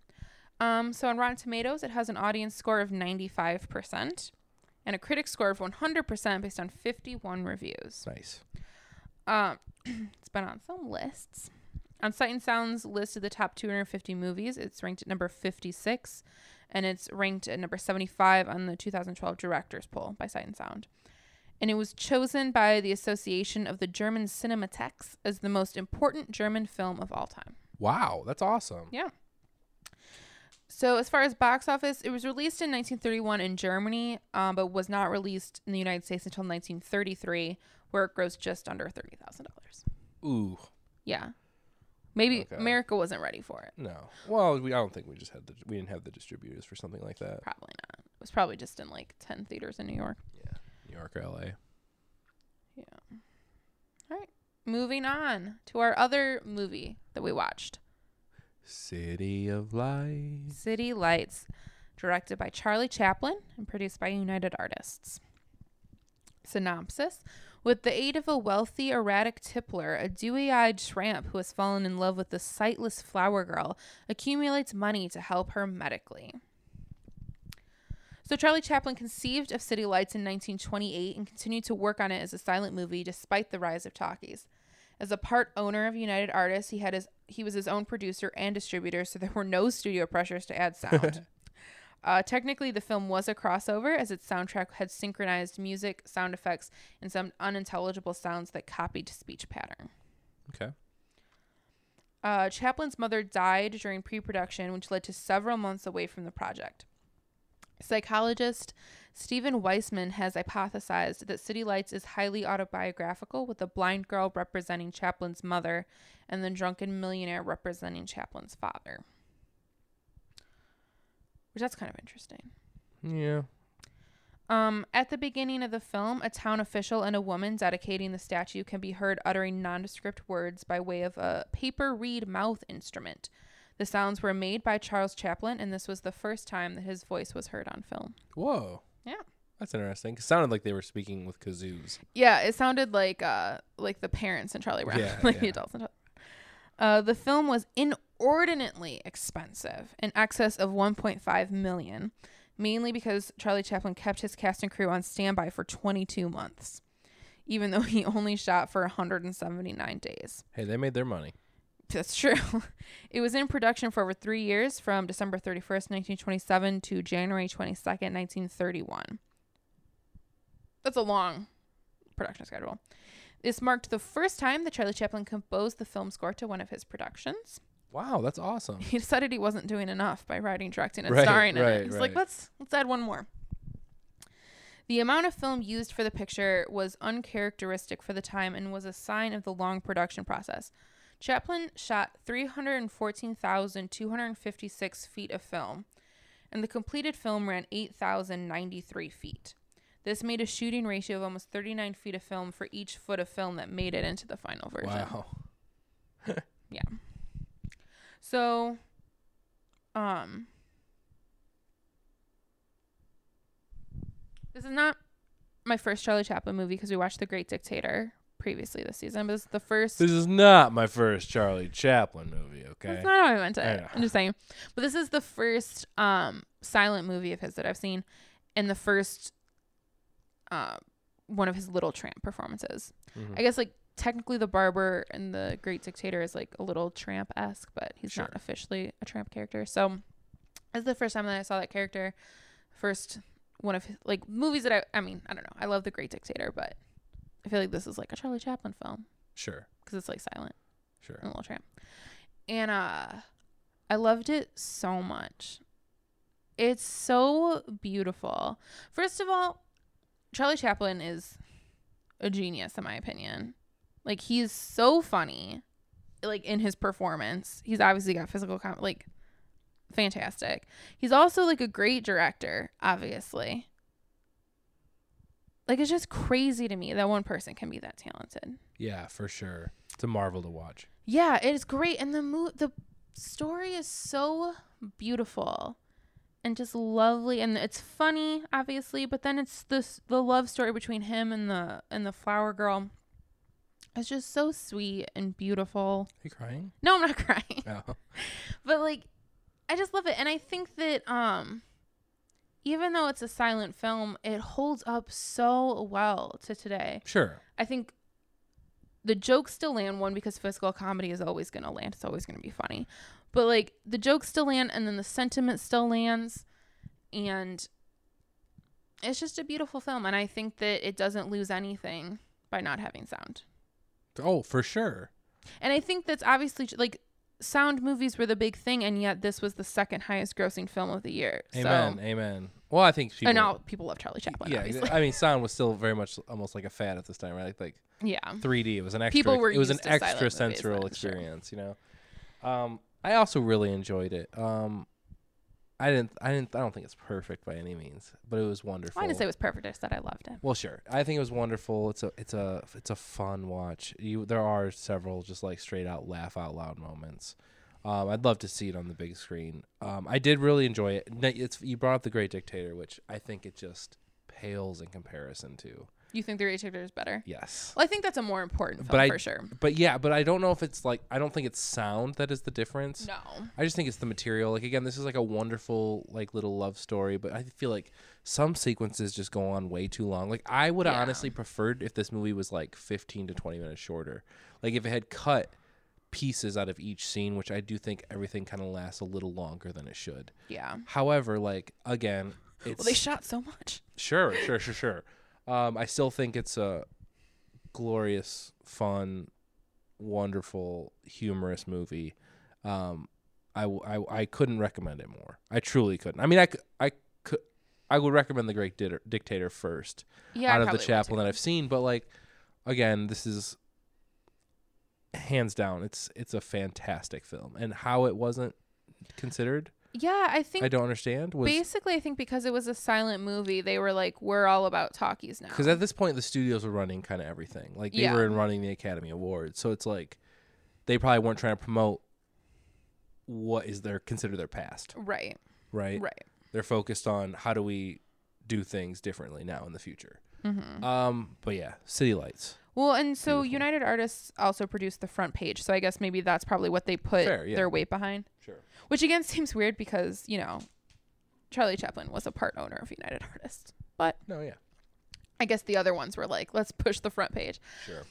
Um, so on Rotten Tomatoes, it has an audience score of 95% and a critic score of 100% based on 51 reviews. It's nice. Um, it's been on some lists. On Sight and Sound's list of the top 250 movies, it's ranked at number 56 and it's ranked at number 75 on the 2012 Directors Poll by Sight and Sound. And it was chosen by the Association of the German Cinematheques as the most important German film of all time. Wow, that's awesome. Yeah. So as far as box office, it was released in 1931 in Germany, um, but was not released in the United States until 1933, where it grossed just under thirty thousand dollars. Ooh, Yeah, maybe Okay. America wasn't ready for it. no. Well, we, I don't think we just had the we didn't have the distributors for something like that. Probably not. It was probably just in like ten theaters in New York. New York, or L.A. Moving on to our other movie that we watched, City of Lights. City Lights, directed by Charlie Chaplin and produced by United Artists. Synopsis With the aid of a wealthy, erratic tippler, a dewy eyed tramp who has fallen in love with the sightless flower girl accumulates money to help her medically. So, Charlie Chaplin conceived of City Lights in 1928 and continued to work on it as a silent movie despite the rise of talkies. As a part owner of United Artists, he had his he was his own producer and distributor, so there were no studio pressures to add sound. uh, technically, the film was a crossover, as its soundtrack had synchronized music, sound effects, and some unintelligible sounds that copied speech pattern. Okay. Uh, Chaplin's mother died during pre production, which led to several months away from the project. Psychologist Stephen Weissman has hypothesized that City Lights is highly autobiographical, with the blind girl representing Chaplin's mother and the drunken millionaire representing Chaplin's father. Which that's kind of interesting. Yeah. Um, at the beginning of the film, a town official and a woman dedicating the statue can be heard uttering nondescript words by way of a paper reed mouth instrument. The sounds were made by Charles Chaplin, and this was the first time that his voice was heard on film. Whoa. Yeah. That's interesting. 'Cause It sounded like they were speaking with kazoos. Yeah, it sounded like uh like the parents in Charlie Brown, Yeah, like the yeah. adults in Charlie. Uh, the film was inordinately expensive, in excess of 1.5 million, mainly because Charlie Chaplin kept his cast and crew on standby for 22 months, even though he only shot for 179 days. Hey, they made their money. That's true. it was in production for over three years, from December 31st, 1927, to January 22nd, 1931. That's a long production schedule. This marked the first time that Charlie Chaplin composed the film score to one of his productions. Wow, that's awesome. He decided he wasn't doing enough by writing, directing, and Right, starring in right, it. He's right. like, let's let's add one more. The amount of film used for the picture was uncharacteristic for the time and was a sign of the long production process. Chaplin shot 314,256 feet of film, and the completed film ran 8,093 feet. This made a shooting ratio of almost 39 feet of film for each foot of film that made it into the final version. Wow. So, um, this is not my first Charlie Chaplin movie because we watched The Great Dictator previously this season, but this is the first. This is not my first Charlie Chaplin movie, okay? That's not how I meant I it. know. I'm just saying, but this is the first um silent movie of his that I've seen, and the first uh one of his Little Tramp performances. Mhm. I guess like technically the barber and the great dictator is like a little tramp esque, but he's not Sure. officially a tramp character. So this is the first time that I saw that character. First one of his like movies that I I mean, I don't know. I love the great dictator, but I feel like this is like a Charlie Chaplin film Sure, because it's like silent and sure. Little Tramp. And uh I loved it so much. It's so beautiful. First of all, Charlie Chaplin is a genius in my opinion. Like he's so funny like in his performance. He's obviously got physical com- like fantastic. He's also like a great director, obviously. Like it's just crazy to me that one person can be that talented. Yeah, for sure. It's a marvel to watch. Yeah, it is great, and the mo- the story is so beautiful, and just lovely, and it's funny, obviously, but then it's this the love story between him and the and the flower girl. It's just so sweet and beautiful. Are you crying? No, I'm not crying, No. but like, I just love it, and I think that um, even though it's a silent film, it holds up so well to today. Sure. I think the jokes still land one because physical comedy is always going to land. It's always going to be funny. But like the jokes still land and then the sentiment still lands. and it's just a beautiful film and i think that it doesn't lose anything by not having sound Oh, for sure. and i think that's obviously like sound movies were the big thing and yet this was the second highest grossing film of the year Amen. so Amen. Well, I think people. and now people love charlie chaplin yeah, obviously I mean, sound was still very much almost like a fad at this time, right? Like, like yeah 3D. It was an extra. People were it was an used to silent extra movies sensory then, sure. experience, you know. Um, I also really enjoyed it. Um, I didn't. I didn't. I don't think it's perfect by any means, but it was wonderful. i didn't say it was perfect i said i loved it Well, sure. I think it was wonderful. It's a it's a it's a fun watch. You there are several just like straight out laugh out loud moments. Um, I'd love to see it on the big screen. Um, I did really enjoy it. N- It's you brought up the Great Dictator, which I think it just pales in comparison to. you think the dictator is better Yes. well i think that's a more important But film I- for sure But yeah, but I don't know if it's like I don't think it's sound that is the difference. no I just think it's the material. Like again, this is like a wonderful like little love story, but I feel like some sequences just go on way too long. Like I would have Yeah. honestly preferred if this movie was like 15 to 20 minutes shorter. Like if it had cut pieces out of each scene, which I do think everything kind of lasts a little longer than it should. yeah However, like again, it's well they shot so much Sure, sure, sure, sure. Um, I still think it's a glorious, fun, wonderful, humorous movie. Um, I, w- I w- I couldn't recommend it more. I truly couldn't. I mean, I, c- I could I would recommend The Great Dictator, Dictator first yeah I out of the probably would Chaplin too. that I've seen, but like again, this is hands down. It's it's a fantastic film, and how it wasn't considered, yeah i think I don't understand. Was basically i think because it was a silent movie they were like we're all about talkies now because at this point the studios were running kind of everything like they Yeah. were running the academy awards so it's like they probably weren't trying to promote what is their consider their past right right, right they're focused on how do we do things differently now in the future Mhm. um but yeah city lights well and so Beautiful. united artists also produced the front page so i guess maybe that's probably what they put Fair, yeah. their weight behind sure which again seems weird because you know charlie chaplin was a part owner of united artists but no yeah i guess the other ones were like let's push the front page sure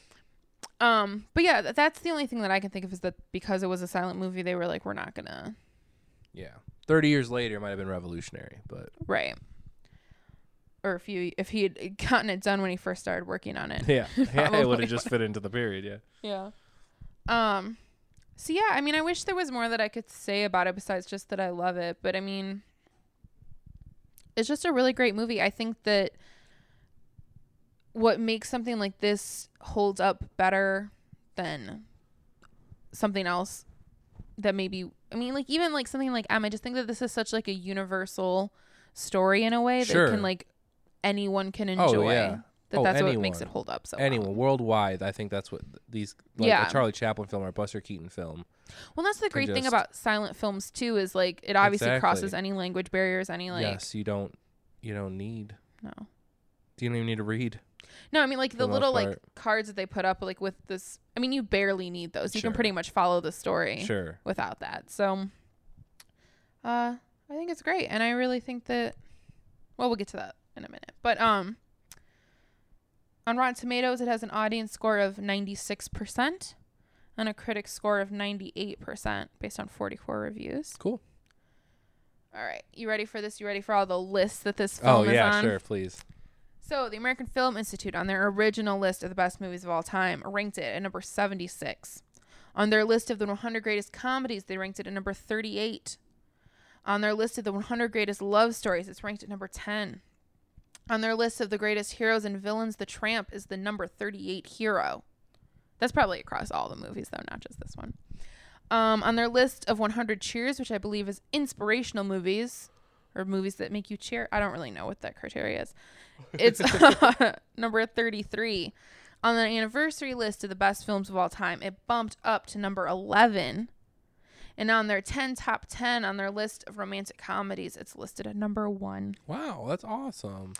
um but yeah th- that's the only thing that i can think of is that because it was a silent movie they were like we're not gonna yeah 30 years later it might have been revolutionary but right or if you if he had gotten it done when he first started working on it yeah, yeah Probably it would have just fit into the period yeah Yeah. Um so yeah, I mean I wish there was more that I could say about it besides just that I love it, but I mean it's just a really great movie. I think that what makes something like this hold up better than something else that maybe I mean like even like something like M, I just think that this is such like a universal story in a way Sure. that can like anyone can enjoy. yeah. That Oh, that's what makes it anyone. hold up so well. anyone worldwide i think that's what th- these Oh, like Yeah. a charlie chaplin film or a buster keaton film Well, that's the great thing just- about silent films too is like it obviously Exactly. crosses any language barriers, any like yes you don't you don't need no, you don't even need to read no. I mean like the the most little like part. cards that they put up like with this. I mean, you barely need those. You Sure. can pretty much follow the story sure without that. So, uh, I think it's great, and I really think that. Well, we'll get to that in a minute, but um. On Rotten Tomatoes, it has an audience score of 96% and a critic score of 98% based on 44 reviews. cool All right, you ready for this? You ready for all the lists that this oh film is yeah on? sure please So, the American Film Institute, on their original list of the best movies of all time, ranked it at number 76. On their list of the 100 greatest comedies, they ranked it at number 38. On their list of the 100 greatest love stories, it's ranked at number 10. On their list of the greatest heroes and villains, The Tramp is the number 38 hero. That's probably across all the movies, though, not just this one. Um, on their list of 100 cheers, which I believe is inspirational movies or movies that make you cheer. I don't really know what that criteria is. It's number 33. On the anniversary list of the best films of all time, it bumped up to number 11. And on their 10 top 10 on their list of romantic comedies, it's listed at number one. wow that's awesome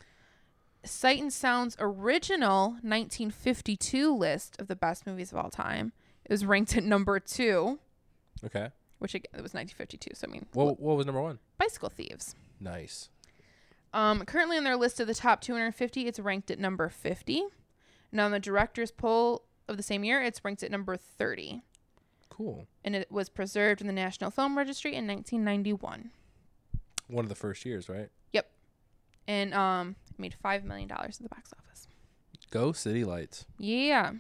Sight and Sound's original 1952 list of the best movies of all time is ranked at number two, okay which again, it was 1952. So, I mean, what, what was number one Bicycle Thieves. nice Um, currently on their list of the top 250, it's ranked at number 50. And on the director's poll of the same year, it's ranked at number 30. cool And it was preserved in the National Film Registry in 1991. one of the first years right and um, it made five million dollars at the box office. Go City Lights. Yeah.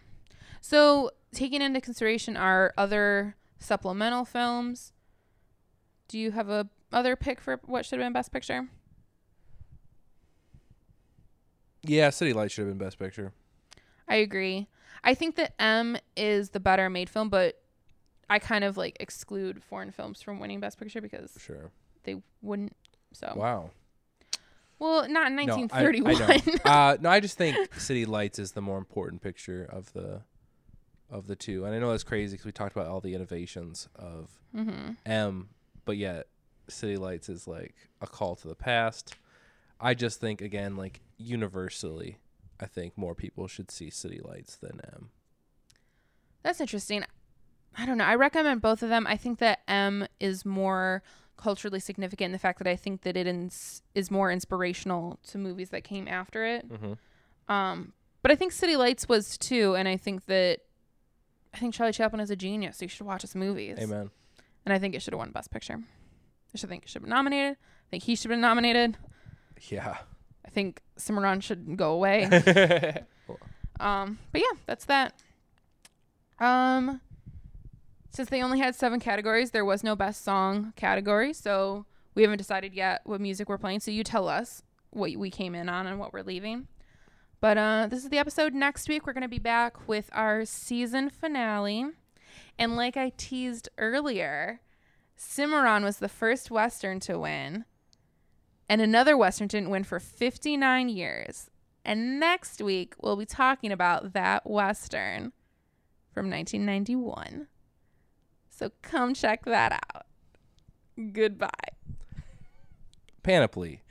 So, taking into consideration our other supplemental films, do you have a other pick for what should have been Best Picture? Yeah, City Lights should have been Best Picture. I agree. I think that M is the better made film, but I kind of like exclude foreign films from winning Best Picture because Sure. they wouldn't. So, Wow. well, not in No, I- 1931. I, know. uh, no, I just think City Lights is the more important picture of the of the two, and I know that's crazy because we talked about all the innovations of mm-hmm. M, but yet City Lights is like a call to the past. I just think again, like universally, I think more people should see City Lights than M. That's interesting. I don't know. I recommend both of them. I think that M is more culturally significant in the fact that I think that it ins- is more inspirational to movies that came after it. Mm-hmm. Um, but I think City Lights was too, and I think that I think Charlie Chaplin is a genius. So you should watch his movies. Amen. And I think it should have won Best Picture. I should think it should have been nominated. I think he should have been nominated. Yeah. I think Cimarron should go away. Um, but yeah, that's that. Um, since they only had seven categories, there was no best song category, so we haven't decided yet what music we're playing. So you tell us what we came in on and what we're leaving. But uh, this is the episode. Next week, we're going to be back with our season finale. And like I teased earlier, Cimarron was the first Western to win, and another Western didn't win for 59 years. And next week, we'll be talking about that Western from 1991. So come check that out. Goodbye. Panoply.